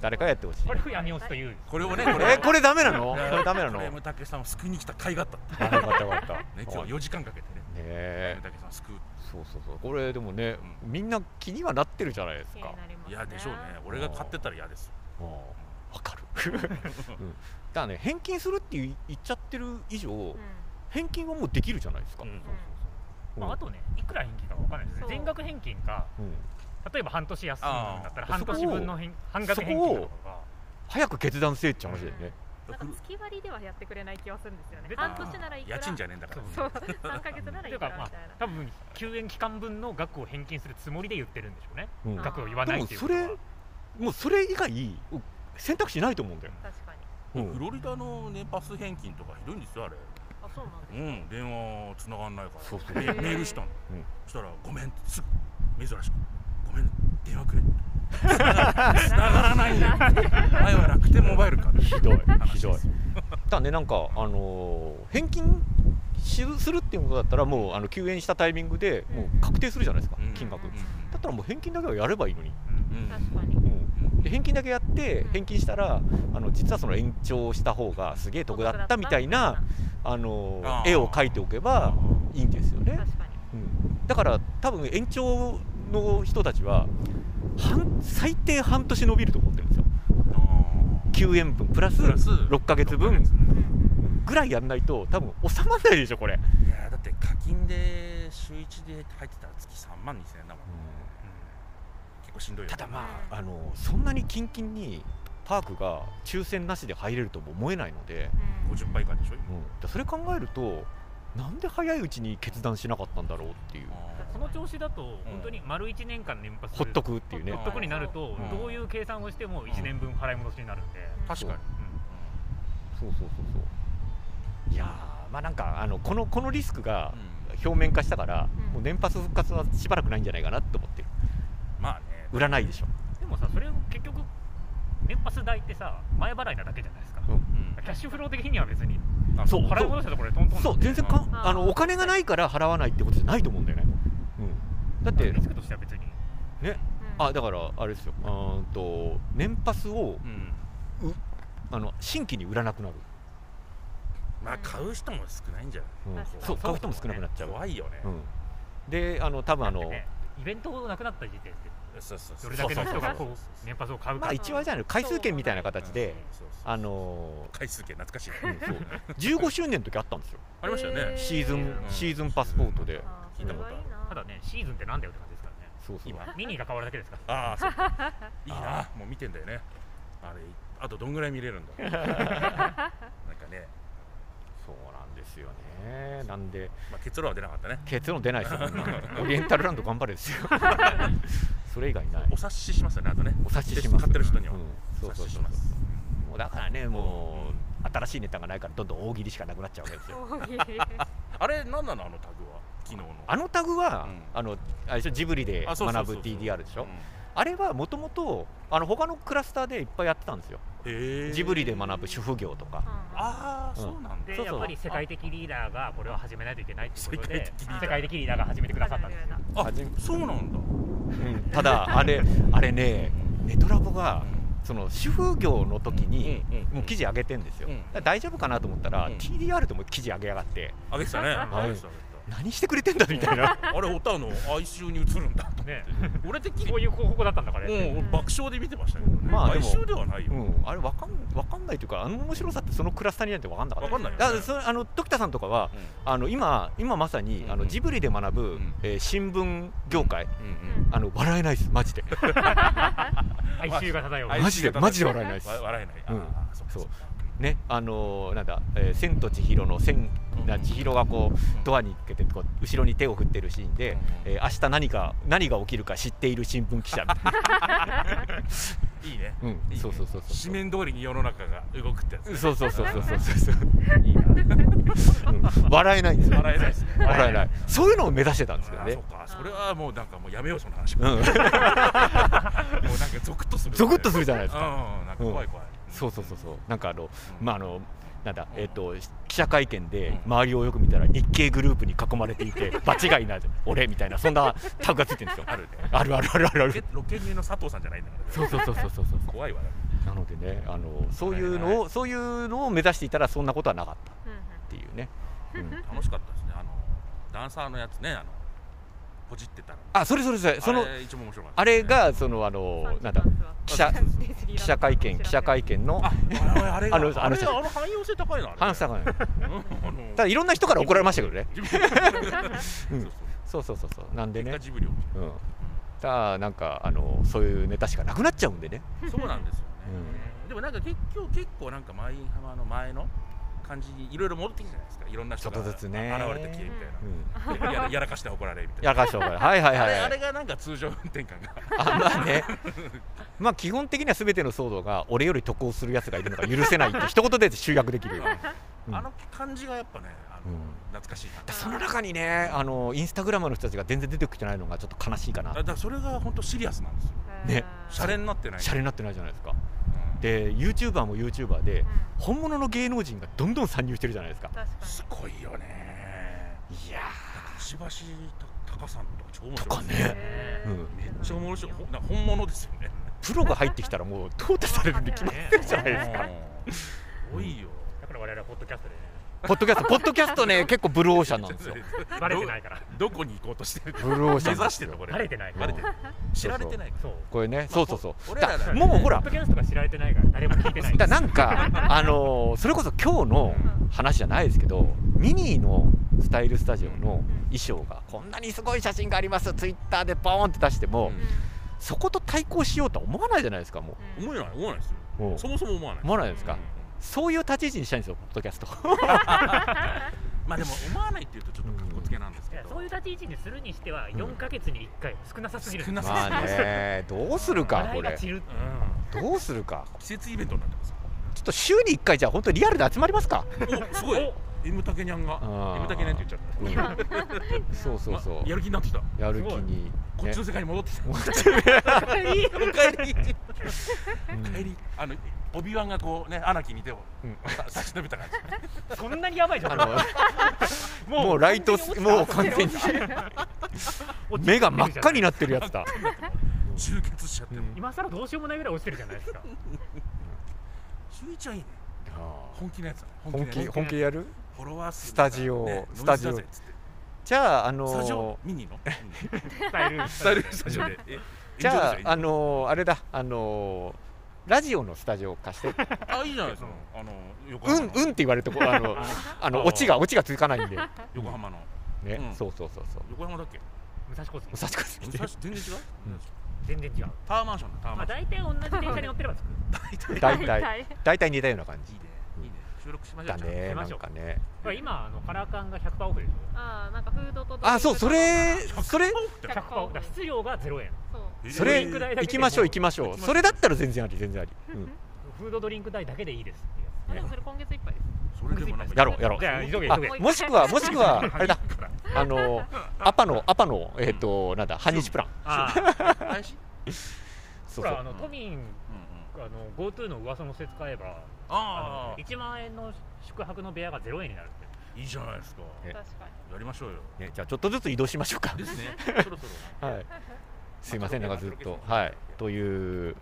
誰かやってほしいこ。れを闇落ちというこれをねこれえこれダメなの？これダメなの？こあれよかもたけしさんを救いに来た甲斐があったってったよかった。ね今日4時間かけてねねたえけしさんを救うそうそうそうこれでもね、みんな気にはなってるじゃないですに気かに。なりますいねやでしょうね俺が買ってたら嫌ですうんわかる、 うん、だからね返金するって言っちゃってる以上、うん返金はもうできるじゃないですか、うんまあ、あとねいくら返金かわかんないですねそう全額返金かうん例えば半年休んだんだったらあー半年分の返半額返金だとかが早く決断せえって話だよね、なんか月割りではやってくれない気はするんですよね出た半年ならいくら家賃じゃねえんだからそう3ヶ月ならといいうくからまあみたいな多分休園期間分の額を返金するつもりで言ってるんでしょうねうんあ額を言わないっていうことではももうそれ以外選択肢ないと思うんだよ、確かにうんフロリダのねパス返金とかひどいんですよあれあそうなんですうん、電話繋がんないからそうそうメールメールしたの、うんそしたら「ごめん」ってすぐ珍しく「ごめん電話くれ」繋がらないんだよ前は楽天モバイルかひどいひどいたんでなんか、あのー返金しするっていうことだったらもうあの休園したタイミングでもう確定するじゃないですか、うん金額、うんだったらもう返金だけはやればいいのに、うんうん確かにうんうんで返金だけやって返金したらあの実はその延長した方がすげえ得だったみたいな、あのーあー絵を描いておけばいいんですよね、確かにうんだから多分延長の人たちは半最低半年延びると思ってるんですよあ9円分プラスープラス6ヶ月分六うねんうんぐらいやんないと多分収まらないでしょこれ、いやーだって課金で週一で入ってたら月3万2000円だもん、結構しんどいよただまああのそんなにキンキンにパークが抽選なしで入れるとも思えないので、うん50倍以下でしょ今うんそれ考えるとなんで早いうちに決断しなかったんだろうっていうこの調子だと本当に丸1年間年パスほっとくっていうねほっとくになるとうんどういう計算をしても1年分払い戻しになるんで、あー確かに、うんそうそうそうそういやーまあなんかあのこのこのリスクがうん表面化したから、うんもう年パス復活はしばらくないんじゃないかなと思ってるまあね売らないでしょ、でもさそれを結局年パス代ってさ前払いなだけじゃないですか、うんうんキャッシュフロー的には別にあそう払い戻したところでトントンそう全然うかんあのお金がないから払わないってことじゃないと思うんだよね、うん、だっだっててリスクとしては別にうんあだからあれですようーんと年パスをうんあの新規に売らなくなる、まあ買う人も少ないんじゃないうん確かにそう買う人も少なくなっちゃう、怖いよね、うん、であの多分あだっのてねイベントなくなった時点でそうそうそどうれだけの人がそうそこうう年パスを買うまかあら一応あれじゃないの回数券みたいなそ形うでそうそうあの回数券懐かしいね、ーうんそう15周年の時あったんですよありましたよね、へーシーズうンんシーズンパスポートであー聞いたことあるそれはいいなただねシーズンってなんだよって感じですからねそうそう今ミニが変わるだけですからああそうか いいなもう見てんだよねあれあとどんぐらい見れるん だなんかね、そうなんですよねなんでまあ、結論は出なかったね結論出ない ですよこんなのオリエンタルランド頑張れです よそれ以外ないお察ししますよねあとねお察しします買ってる人には、うんおそう察そうししそうますもうだからねもう新しいネタがないからどんどん大喜利しかなくなっちゃうわけですよそういうあれ何なのあのタグは昨日のあのタグは、うんあのあれでしょジブリであそうそう学そうぶそう TDR でしょうんあれはもともとあの他のクラスターでいっぱいやってたんですよへージブリで学ぶ主婦業とかああうんそうなんだでそうそうやっぱり世界的リーダーがこれを始めないといけないってことで世界的リーダー世界的リーダーが始めてくださったんですよあ初めそうなんだうんただあ れあれねネトラボがうその主婦業の時にうんうんうんもう記事上げてんですよ、うんだから大丈夫かなと思ったら、うん TDR でも記事上げやがってあげてたねはいあげてたあげて何してくれてんだみたいなたあれオタの哀愁に映るんだと思ってね俺的にこういう広告だったんだからねもう爆笑で見てましたけどねまあで哀も愁ではないようん、あれわかんわかんないというかあの面白さってそのクラスターになんてわかんなかっわたかんないよだかねらそれあの時田さんとかはうんあの今今まさに、うんあのジブリで学ぶ、んえー新聞業界、うんあの笑えないですマジで哀愁が漂う哀愁マジでが漂うマジで笑えないですわ笑えないうんああそうかそうそうかねあのーなんだ、えー千と千尋の千な千尋がこうドアに向けてこう後ろに手を振ってるシーンで、えー明日何か何が起きるか知っている新聞記者みた いな、いいねうんいいねそうそうそうそう紙面通りに世の中が動くってやつねそうそうそうそうそうそういいな、うん笑えないんですよ笑えないですね笑えないそういうのを目指してたんですけどあねそうかそれはもうなんかもうやめようその話うもうんなんかゾクッとするゾクッとするじゃないですかうんなんか怖い怖いそうそうそうそうなんかあのうんまああのなんだうんえっ、と記者会見うんで周りをよく見たら日系グループに囲まれて いて場違いな俺みたいなそんなタグがついてるんですよあるねあるあるあるあるあロケるロケ名の佐藤さんじゃないんだからねそうそうそうそうそうそう怖いわなのでねあのそういうのをそういうのを目指していたらそんなことはなかったっうんうんていうね、うん、楽しかったですねあのダンサーのやつねあのほじってたらあそれそれそれそのあれ一番面白かったあれがそのあのなんだ記者記者会 見記者会見のああれがあのあのあれがあの汎用性高いなあれ話したからたうんあのだいろんな人から怒られましたけどねジブリそうそうそうそうそうそうなんで結果ねジブリをうんただなんかあのそういうネタしかなくなっちゃうんでねそうなんですよね、でもなんか結局結構なんか前浜の前の感じにいろいろ戻ってきたじゃないですかいろんな人がちょっとずつねあ現れてきてみうたんいな、やややらかして怒られみたいなやらかしょ うがないはいはいあはれいあはれいがなんか通常運転感があまあね まあ基本的には全ての騒動が俺より得をするやつがいるのが許せないって一言で集約できるよう んあの感じがやっぱねあの、うん懐かしいなその中にねあのインスタグラムの人たちが全然出てきてないのがちょっと悲しいかなだだからそれが本当シリアスなんですよ ねシャレになってないシャレになってないじゃないですかうんで YouTuber も YouTuber でうん本物の芸能人がどんどん参入してるじゃないですか確かすごいよねいや石橋た高さんとか超面と白かいにねへうんーめっちゃ面白いほんな本物ですよねプロが入ってきたらもう淘汰される に決まっねてるじゃないですかうんすごいよだから我々はポッドキャストでねポッドキャストポッドキャストね結構ブルーオーシャンな んですよバレてないからどこに行こうとしてるブルーオーシ目ャ指ンなんでしすてるよのこれバレてないうんバレて知られてないそうこれねそうそうそう俺らだだもうほらポッドキャストが知られてないから誰も聞いてな いだなんかあのーそれこそ今日の話じゃないですけどミニーのスタイルスタジオの衣装がこんなにすごい写真がありますツイッターでボーンって出しても、うんそこと対抗しようとは思わないじゃないですかもうん思えない思わないですよう、そもそも思わない思わないですか、うんそういう立ち位置にしたいんですよポッドキャストまあでも思わないっていうとちょっとかっこつけなんですいけやどそういう立ち位置にするにしてはん4ヶ月に1回は少なさすぎる少なさまあねどうするか笑こいがれ散るうんどうするか季節イベントになってますちょっと週に1回じゃあ本当にリアルで集まりますかお すごい M タケニャンがあー M タケニャンって言っちゃったそうそうそう、まやる気になってきたこやる気に、っねちの世界に戻ってきた お帰りおかえりうん帰りあのオビワンがこうねアナキに手をうんさ差し伸べた感じそんなにやばいじゃあんのもうライトスもう完全に目が真っ赤になってるやつだ、集結しちゃってもうん今更どうしようもないぐらい落ちてるじゃない ですかしゅういちゃんいいね本気のやつだね本の気やつ本気でやるフォロワー数スタジオねスタジオノイズだぜっつってじゃああスタジオのミニ のスタイルスタイルスタジオでえじゃああ炎のあれだあのラジオのスタジオ貸 して上ですよねあいいじゃないですかあの横うん浜のうんって言われるとこあのあのオチがオチがつかないんで横浜のね、うんそうそうそうそう横浜だっけ武蔵小杉武蔵小杉武蔵全然違ううん全然違うタワーマンションだタワーまマあンション大体同じ電車に乗ってれば着く大体 大に体大体似たような感じいいねいいね収録しましょだうねしなまんしょうかねこれ今あのカラー缶が100%オフでしあーなんかフードとドリンクとあそうそれそれじょゃあ100%オフだから質量が0円そうそれドリンク代だけでも行きましょう行きましょうそれだったら全然あり全然あり、うんフードドリンク代だけでいいですっていうやあでもそれ今月いっぱいですそれでもなんかやろうやろうじゃあ急げあ急げもしくはもしくはあれだあのアパのアパのえっ、となんだ半日プランつああ配信そうそほらあうの都民うんうんあの GoTo の噂のせ使えばああの1万円の宿泊の部屋が0円になるってあいいじゃないですかえ確かにやりましょうよねじゃあちょっとずつ移動しましょうかです ねそろそろはいすいませんなんかずっとまあはいという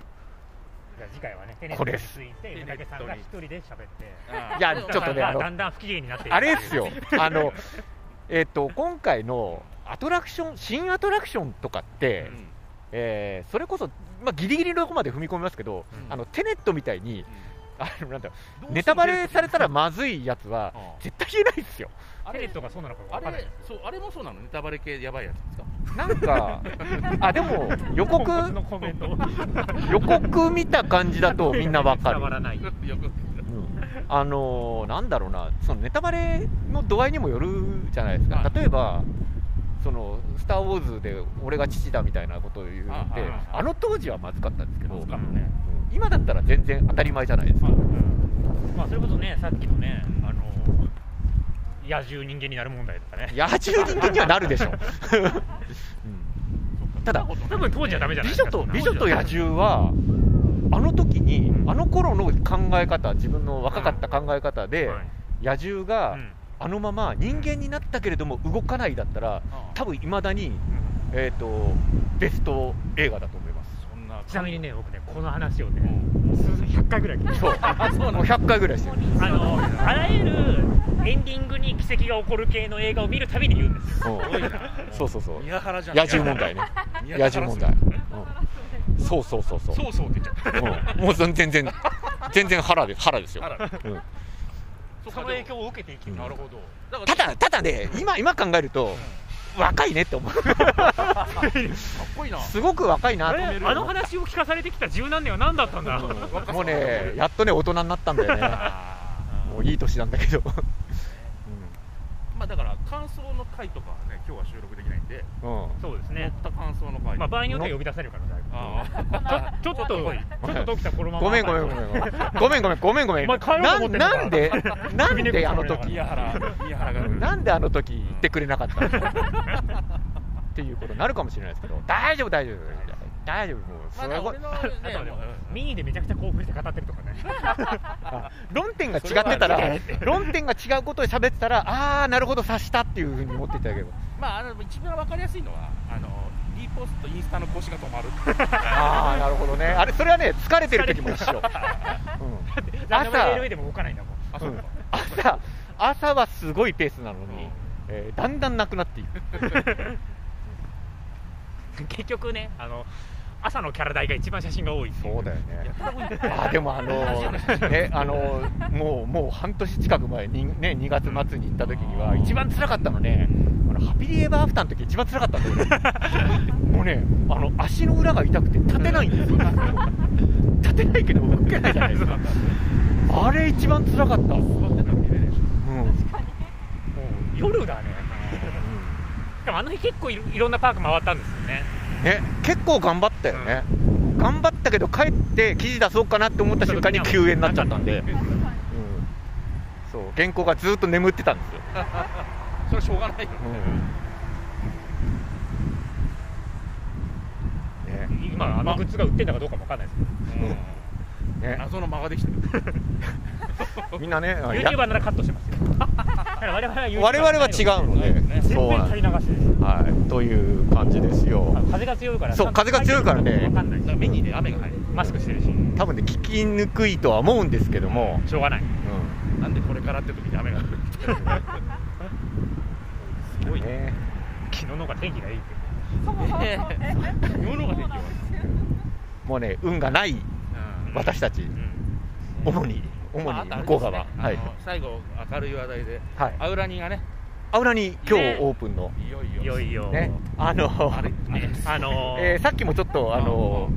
じゃあ次回はね、テネッこトれにでつすいて、梅けさんが一人で喋って、いやちょっとねあのだんだん不機嫌になっていくあれですよあのえっ、と今回のアトラクション新アトラクションとかって、うんえーそれこそ、まあ、ギリギリのとこまで踏み込みますけど、うんあのテネットみたいにあのなんだどうするネタバレされたらまずいやつはああ絶対言えないですよあテネッれトがそうなのかあ分からないれそうあれもそうなのネタバレ系やばいやつですかなんかあでも予告ポンコツのコメント予告見た感じだとみんなわか伝わらる、ないよくうんあのーなんだろうなそのネタバレの度合いにもよるじゃないですか、はい例えばその「スター・ウォーズ」で俺が父だみたいなことを言うのってあはいはいあの当時はまずかったんですけど、まずかったうんね今だったら全然当たり前じゃないですか、まあ、それこそね、さっきのね、あの野獣人間になる問題とかね、野獣人間にはなるでしょ、うんただ多分当時はダメじゃない美です女か、とそんな美女と野獣はあの時にあの頃の考え方自分の若かった考え方で、はい野獣うがんあのまま人間になったけれども動かないだったら多分いまだに、えー、とベスト映画だと思いますそんなちなみにね、僕ね、この話をうね、ん数100回ぐらい聞いて そうもう100回ぐらいしてるあのあらゆるエンディングに奇跡が起こる系の映画を見るたびに言うんですうよんそうそうそう宮原じゃん野獣問題ね宮原野獣問題、うんそうそうそうそうそうそうって言っちゃったうんもう全然全然腹で腹ですよあ、らうんそその影響を受けていきうんなるほどだたからだただね今今考えると若いねって思うかっこいいなすごく若いなあとれ思うあの話を聞かされてきた十何年は何だったんだ、うんもうねやっとね大人になったんだよねあもういい年なんだけど、ーまあだから感想の回とかはね今日は収録できないんでうんうんそうです乗っね、た感想の回まあ、場合によっては呼び出されるからねあだいぶちょちょっとこんなちょっと時田このままごめんごめんごめんごめんごめんごめんごめんお前帰ろうとな思っんてんのかなんでなんであのー時宮原宮原がなんであの 時言ってくれなかったのっていうことになるかもしれないですけど大丈夫大丈夫大大丈夫もうすまだごい俺のねあとでももううんミーでめちゃくちゃ興奮して語ってるとかね論点が違ってたそれはら違う論点が違うことで喋ってたらああなるほど察したっていうふうに思っていただければまああの一番わかりやすいのはあのリポストインスタの更新が止まるああなるほどねあれそれはね疲れてる時も一緒、ランダム LA でも動かないんだもんあうそんううんか、朝朝はすごいペースなのに、うんえーだんだんなくなっていく結局ねあの朝のキャラ代が一番写真が多いっていうよね多分あーでもあのーねあのーもうもう半年近く前にね2月末に行った時には一番辛かったのねあのハッピーエバーアフターの時一番辛かったんだ よもうねあの足の裏が痛くて立てないんですよ立てないけど動けないじゃないですかあれ一番辛かった、うんそうだねもう夜だねしかもあの日結構いろいろんなパーク回ったんですよねね、結構頑張ったよね、頑張ったけど帰って記事出そうかなって思った瞬間に休園になっちゃったんで、うん、そう原稿がずっと眠ってたんですよ、それはしょうがないよねね今あのグッズが売ってんだかどうかもわかんないですけどうんね、謎の間ができてるみんなね、あいや YouTuber ならカットしてますよだから我々は YouTuber 我々は違うので、全そう然なん垂でれ流しですす、はい、という感じですよあ、の風が強いからそう風が強いからねわかんないし目にね雨が 入るマスクしてるし多分ね、聞きにくいとは思うんですけども、しょうがないうんなんでこれからって時に 雨が降るすごいねね、昨日の方が天気がいいってそうそうそうね世の中でいいよもうね、運がない私たち、うん主に、主まああにとあれ向こう側、ですねはいあ、の最後明るい話題ではい、アウラニがねアウラに今日ねオープンの、いよいよいよいよね、あのあれねあのーえーさっきもちょっと、あの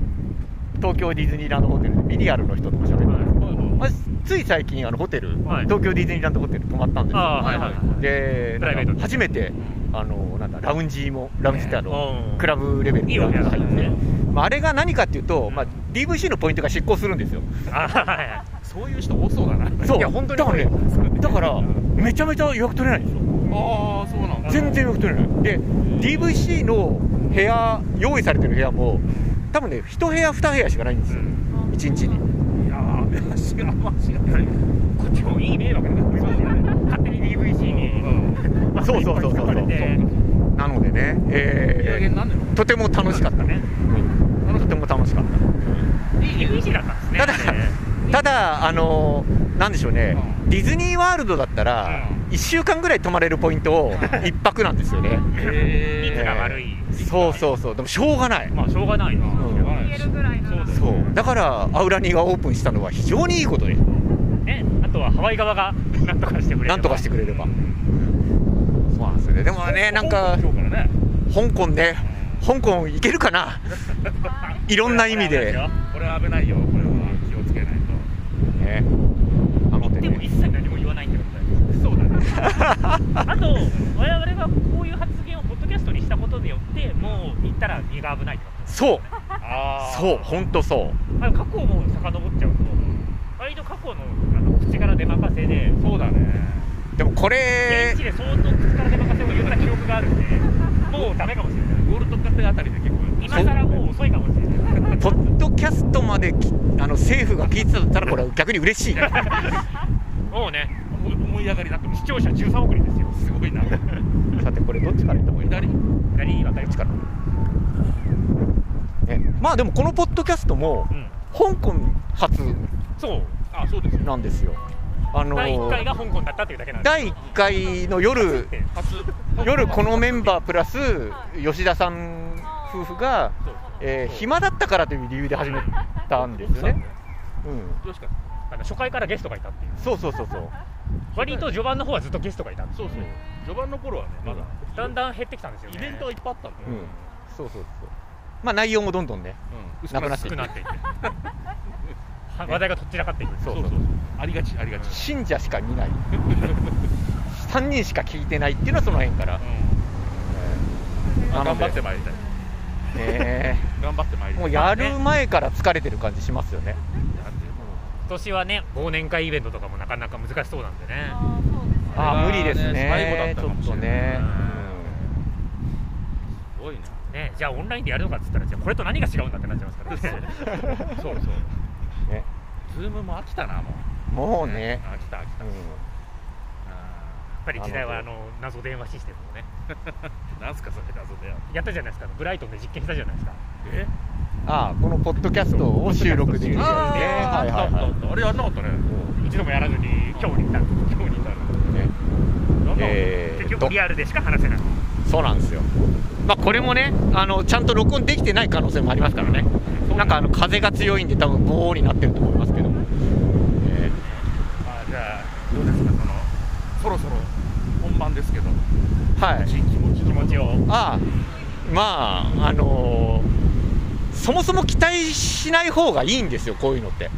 東京ディズニーランドホテルでミニアルの人とも喋ってたんですけどおいおいまあつい最近あのホテル、はい東京ディズニーランドホテル泊まったんですよああはいはいはいでプライベートで初めてあのなんだラウンジもラウンジってあの、うんクラブレベルいいお部屋がだ入ねって、まあ、あれが何かっていうと、うんまあ、DVC のポイントが失効するんですよ あはいはいそういう人多そうだなそういや本当にだからねそうだからめちゃめちゃ予約取れないんですよああそうなんだ全然予約取れないで DVC の部屋用意されてる部屋も多分ね1部屋2部屋しかないんですよ1日 にいやー足が足がないこっちもいい迷惑だな勝手に DVC にそうそうそうそう引っ張り込まれてなのでね、いい加え減なんだよーとても楽しかったね、うんとても楽しかっ DVC だったんですねただあれたただあのーなんでしょうね、うディズニーワールドだったら1週間ぐらい泊まれるポイント を1泊なんですよね率えが悪いそうそうそうでもしょうがない、まあしょうがないなうん言えるぐらいならそうだからアウラニがオープンしたのは非常にいいことでねあとはハワイ側がなんとかしてくれればなんとかしてくれれば、そうなんですよねでもねなんか今日からね香港ね香港行けるかないろんな意味で、これは危ないよこれは気をつけないね、あのでもね一切何も言わないってことだよとそうだねあと我々がこういう発言をポッドキャストにしたことによってもう言ったら身が危ないってこそうとあそう本当そうあの過去も遡っちゃうと割と過去のあの口から出任せでそうだねでもこれ現地で相当口から出任せを言った記憶があるんでもうダメかもしれないゴールドカフェあたりで結構今更もう遅いかもしれないポッドキャストまできあの政府が聞いてたんだったらこれは逆に嬉しいもうね思い思い上がりだっても視聴者13億人ですよすごいな さてこれどっちから行った方がいい左何渡りますかね、まあでもこのポッドキャストもうん香港初そうあそうですよなんですよあの第1回が香港だったっていうだけなんです第一回の夜初夜このメンバープラス吉田さん夫婦が、そうえー暇だったからという理由で始めたんですよね、うん、どうしたあの初回からゲストがいたっていうそうそうそうそう割と序盤の方はずっとゲストがいたんですそうそう序盤の頃はねまだだんだん減ってきたんですよねイベントがいっぱいあったのうんそうそうそうまあ内容もどんどんねうんなくなって薄いくくなっていって は話題がとっちらかっていくそうそうそうありがちありがち信者しか見ない 3人しか聞いてないっていうのはその辺から、なの頑で張ってまいりたいね頑張ってまいえりもたういやる前から疲れてる感じします よね今年はね忘年会イベントとかもなかなか難しそうなんでねあーそうですねああそ無れはね理ですね最後だったかもしれないちょっとねすごいなね、じゃあオンラインでやるのかっつったらじゃあこれと何が違うんだってなっちゃいますから ね そうそうね、ズームも飽きたなももううね、飽きた飽きた、ううんん、やっぱり時代はあの謎電話システムをねなんすかそれ謎だよやったじゃないですかあのブライトンで実験したじゃないですかえああこのポッドキャストを収録できるやつねああ、はいはいあはったあったあれやんなかったね一度もやらずに今日に至る今日に至るい、ねなんだえ結ーっ局とリアルでしか話せないそうなんですよまあこれもねあのちゃんと録音できてない可能性もありますからねなんかあの風が強いんで多分ボーになってると思いますけども、えまあじゃあどうですかそのそろそろ本番ですけどーはい気持ち気持ちをああまああのーそもそも期待しない方がいいんですよこういうのって、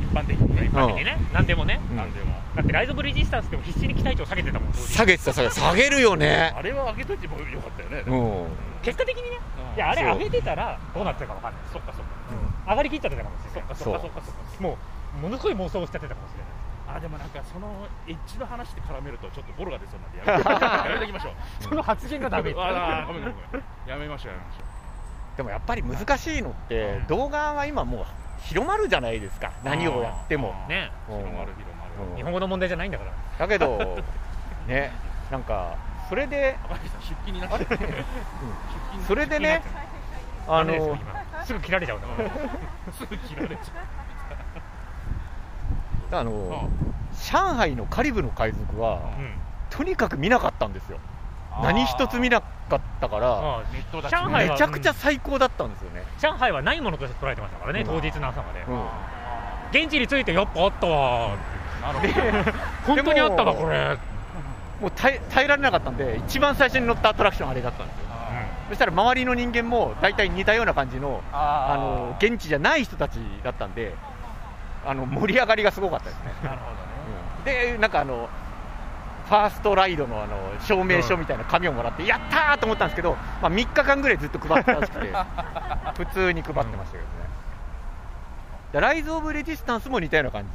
一般的にねうん先にね何でもねうんなんでもだってライズ・オブ・レジスタンスでも必死に期待値を下げてたもん当時下げてた下げてた下げるよねあれは上げといてもよかったよねううんん結果的にねいややあれそう上げてたらどうなってたか分かんないそっかそっか、上がりきっちゃってたかもしれないそっかっかそっかもうものすごい妄想をしちゃってたかもしれないあでもなんかそのエッジの話で絡めるとちょっとボロが出そう なんでやめやめときましょうその発言がダメって あーごめんごめんごめんやめましょうやめましょでもやっぱり難しいのって動画は今もう広まるじゃないですか何をやっても、ねうんう広まる広まうんる日本語の問題じゃないんだからだけどねなんかそれで赤木さん出勤になっちゃう出勤になっちゃうそれでねあダメですよの今すぐ切られちゃうんだからすぐ切られちゃあうのうん上海のカリブの海賊はうんとにかく見なかったんですよ何一つ見なかったからあネットだ上海めはちゃくちゃ最高だったんですよね、ー上海はないものとして捉えてましたからね、うん当日の朝まで、うん現地に着いてやっぱあったわなるほど 本当にあったわでもこれ、もう耐え耐えられなかったんで一番最初に乗ったアトラクションあれだったんですよそしたら周りの人間も大体似たような感じのあのあ現地じゃない人たちだったんであの盛り上がりがすごかったですね、ーなるほどねでなんかあのファーストライドのあの証明書みたいな紙をもらって、やったーと思ったんですけど、まあ、3日間ぐらいずっと配ってたらしくて普通に配ってましたけどね、でライズ・オブ・レジスタンスも似たような感じ、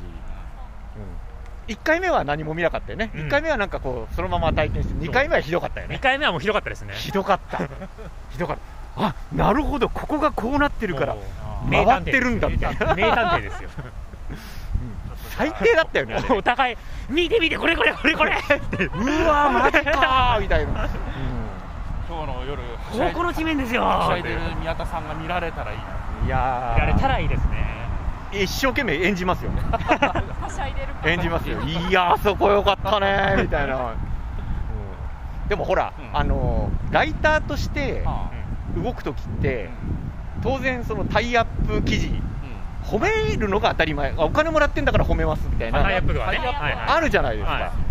うん、1回目は何も見なかったよね、うん1回目はなんかこうそのまま体験して2回目はひどかったよ2ね回目はもうひどかったですねひどかったひどかったあなるほどここがこうなってるからもう回ってるんだみたいな名探 偵ですよ最低だったよねあれお互い見て見てこれこれこれこれってうわマジかーみたいな、うん今日の夜はしゃこいこの地面ですよはしゃーいってでる宮田さんが見られたらいいないやーやれたらいいですね一生懸命演じますよねはしゃいでるから演じますよいやーあそこ良かったねーみたいな、うんでもほら、うんあのーライターとしては動く時っあて当然そのタイアップ記事うん褒めるのが当たり前あお金もらってんだから褒めますみたいなタイアップがねタイアップはいはいあるじゃないですか、はいうん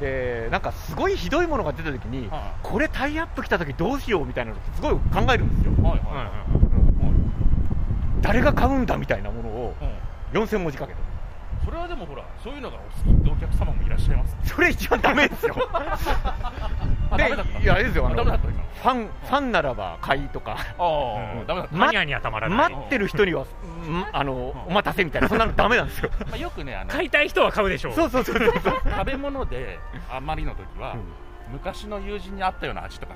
でなんかすごいひどいものが出た時に、はこれタイアップ来た時どうしようみたいなのってすごい考えるんですよ、いはいうんうんはうん誰が買うんだみたいなものをいうん4000文字かけてそれはでもほらそういうのがお好きってお客様もいらっしゃいますそれ一番ダメですよ あダメだったでいやあれですよあのダメだった今ファンファンならば買いとかああ、うんダメだった、マニアにはたまらない待ってる人にはんあのお待たせみたいなそんなのダメなんですよまあ、よくねあの買いたい人は買うでしょうそうそうそうそうそう食べ物であんまりの時は、うん昔の友人にあったような味とか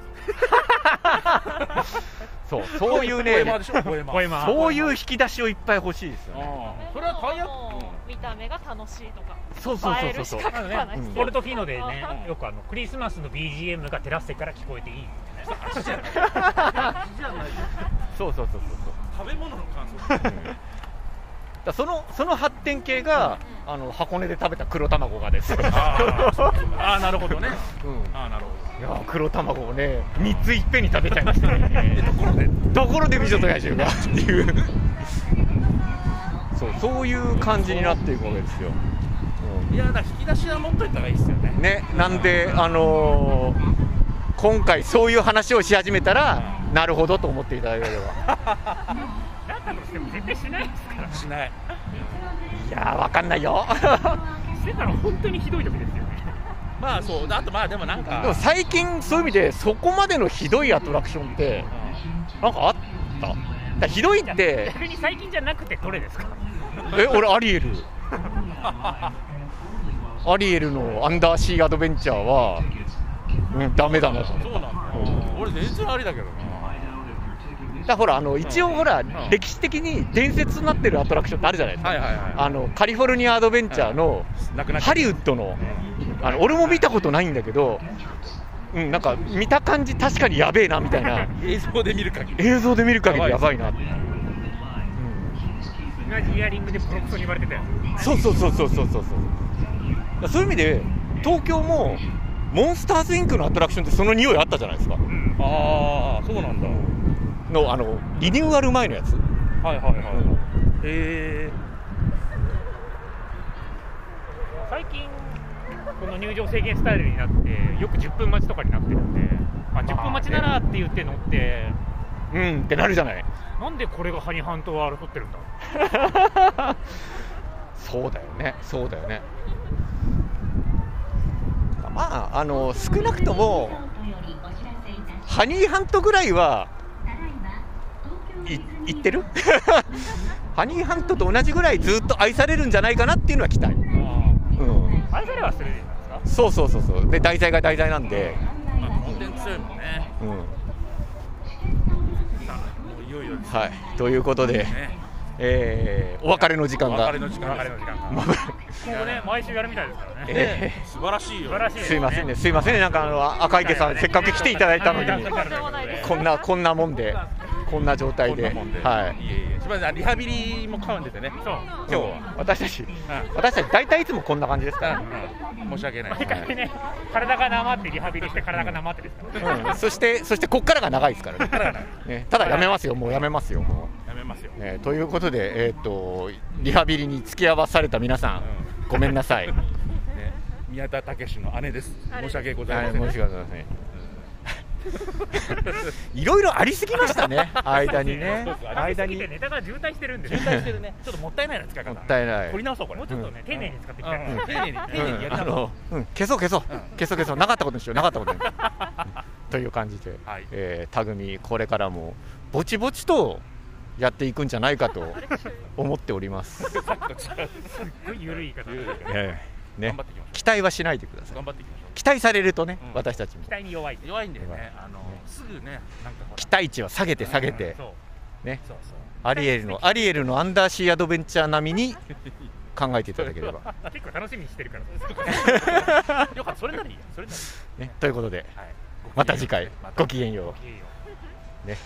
そうそういうねポエマーでしょポエマーポエマーそういう引き出しをいっぱい欲しいですよねああそれはタイアップ、見た目が楽しいとかそうそうそうそうそう映えるしか書かないうんポルトフィーノでねうんよくあのクリスマスの BGM がテラス席から聞こえていい味じゃないよそうそうそうそう食べ物の感想そううんだからそのその発展系が、あの箱根で食べた黒卵がです、うん、いあーあーなるほどねああなるほやー黒卵をね3ついっぺんに食べちゃいましたどねでところで ところで美女と野獣がっていう そうそういう感じになっていくわけですよ、いやだから引き出しは持っといた方がいいですよねねなんであのー今回そういう話をし始めたらなるほどと思っていただければなったとしても絶対しないですからしない いやーわかんないよしてたら本当にひどい時ですよねまあそうあとまあでもなんか でも最近そういう意味でそこまでのひどいアトラクションってなんかあっただからひどいって逆に最近じゃなくてどれですかえ俺アリエルアリエルのアンダーシーアドベンチャーは、うん、ダメだなと思っそうたなんだ、俺全然ありだけどなだからほらあの一応ほら、ん歴史的に伝説になってるアトラクションってあるじゃないですか、はいはいはいあのカリフォルニアアドベンチャーの、なくなっちゃハうリウッドのあの俺も見たことないんだけど、うん、なんか見た感じ確かにやべえなみたいな映像で見る限り映像で見る限りややばばいいなでって、同じイヤリングでボロクソに言われてたようんそうそうそうそうそうそうそうそういう意味で東京もモンスターズインクのアトラクションってその匂いあったじゃないですかうんああそうなんだのあのリニューアル前のやつはいはいはいへえ最近この入場制限スタイルになってよく10分待ちとかになってるんで、まあ、10分待ちならって言って乗ってうんってなるじゃない なんでこれがハニ半島を争ってるんだそうだよねそうだよねまああの少なくともハニーハントぐらいはい言ってる ハニーハントと同じぐらいずっと愛されるんじゃないかなっていうのは期待、うあん、あ愛されはするじゃないですかそうそうそうそうで題材が題材なんで、コンテンツ強いもんねうん、さあもういよいよですはいということで、ねえーお別れの時間おが別れの時間で別すれの時間が今後ね毎週やるみたいですからねえ素晴らしいよ素晴らしい ーすいませんねすいませんねなんかあの赤池さんせっかく来ていただいたのにとんでもないですこんなこんなもんでこんな状態こんでなもんで、はいいえいえ、すみません、リハビリも絡んでてね、そう今日は、私たち、私たち大体いつもこんな感じですかうら、ん申し訳ない、毎回ね体がなまってリハビリして体がなまってですからねうんそしてそしてこっからが長いですからねねただやめますよもうやめますよもやめますよう、、ねということでえっ、とリハビリに付き合わされた皆さん、う ごめんなさい、はい、ね、宮田武の姉です、あれ申し訳ございません、申し訳ございませんいろいろありすぎましたね間にねそうそう間歩きすにぎてネタが渋滞してるんでね期待してるね、ちょっともったいないな、使いも方、ったいない取り直そう、これ、もうちょっとね丁寧に使っていきたいうん丁寧に、丁寧にやりあながの、うん、消そう消そう、うん消そう消そうなかったことにしようなかったことにしようという感じで、はいえー、タグミこれからもぼちぼちとやっていくんじゃないかと思っております、すっごい緩い言い方緩いえーね頑張っていきましょ期待はしないでくだう、さい頑張っていきましょ期待されるとね、うん、私たちも期待に弱いう弱いんだよね、あのすぐね、なんかほ期ら、待値は下げて下げて、そうねそうそう、アリエルのアリエルのアンダーシーアドベンチャー並みに考えていただけれ ば、結構楽しみにしてるから よかったそれならいいやそれならいね、ということではい、また次回またごきげんよういいよね、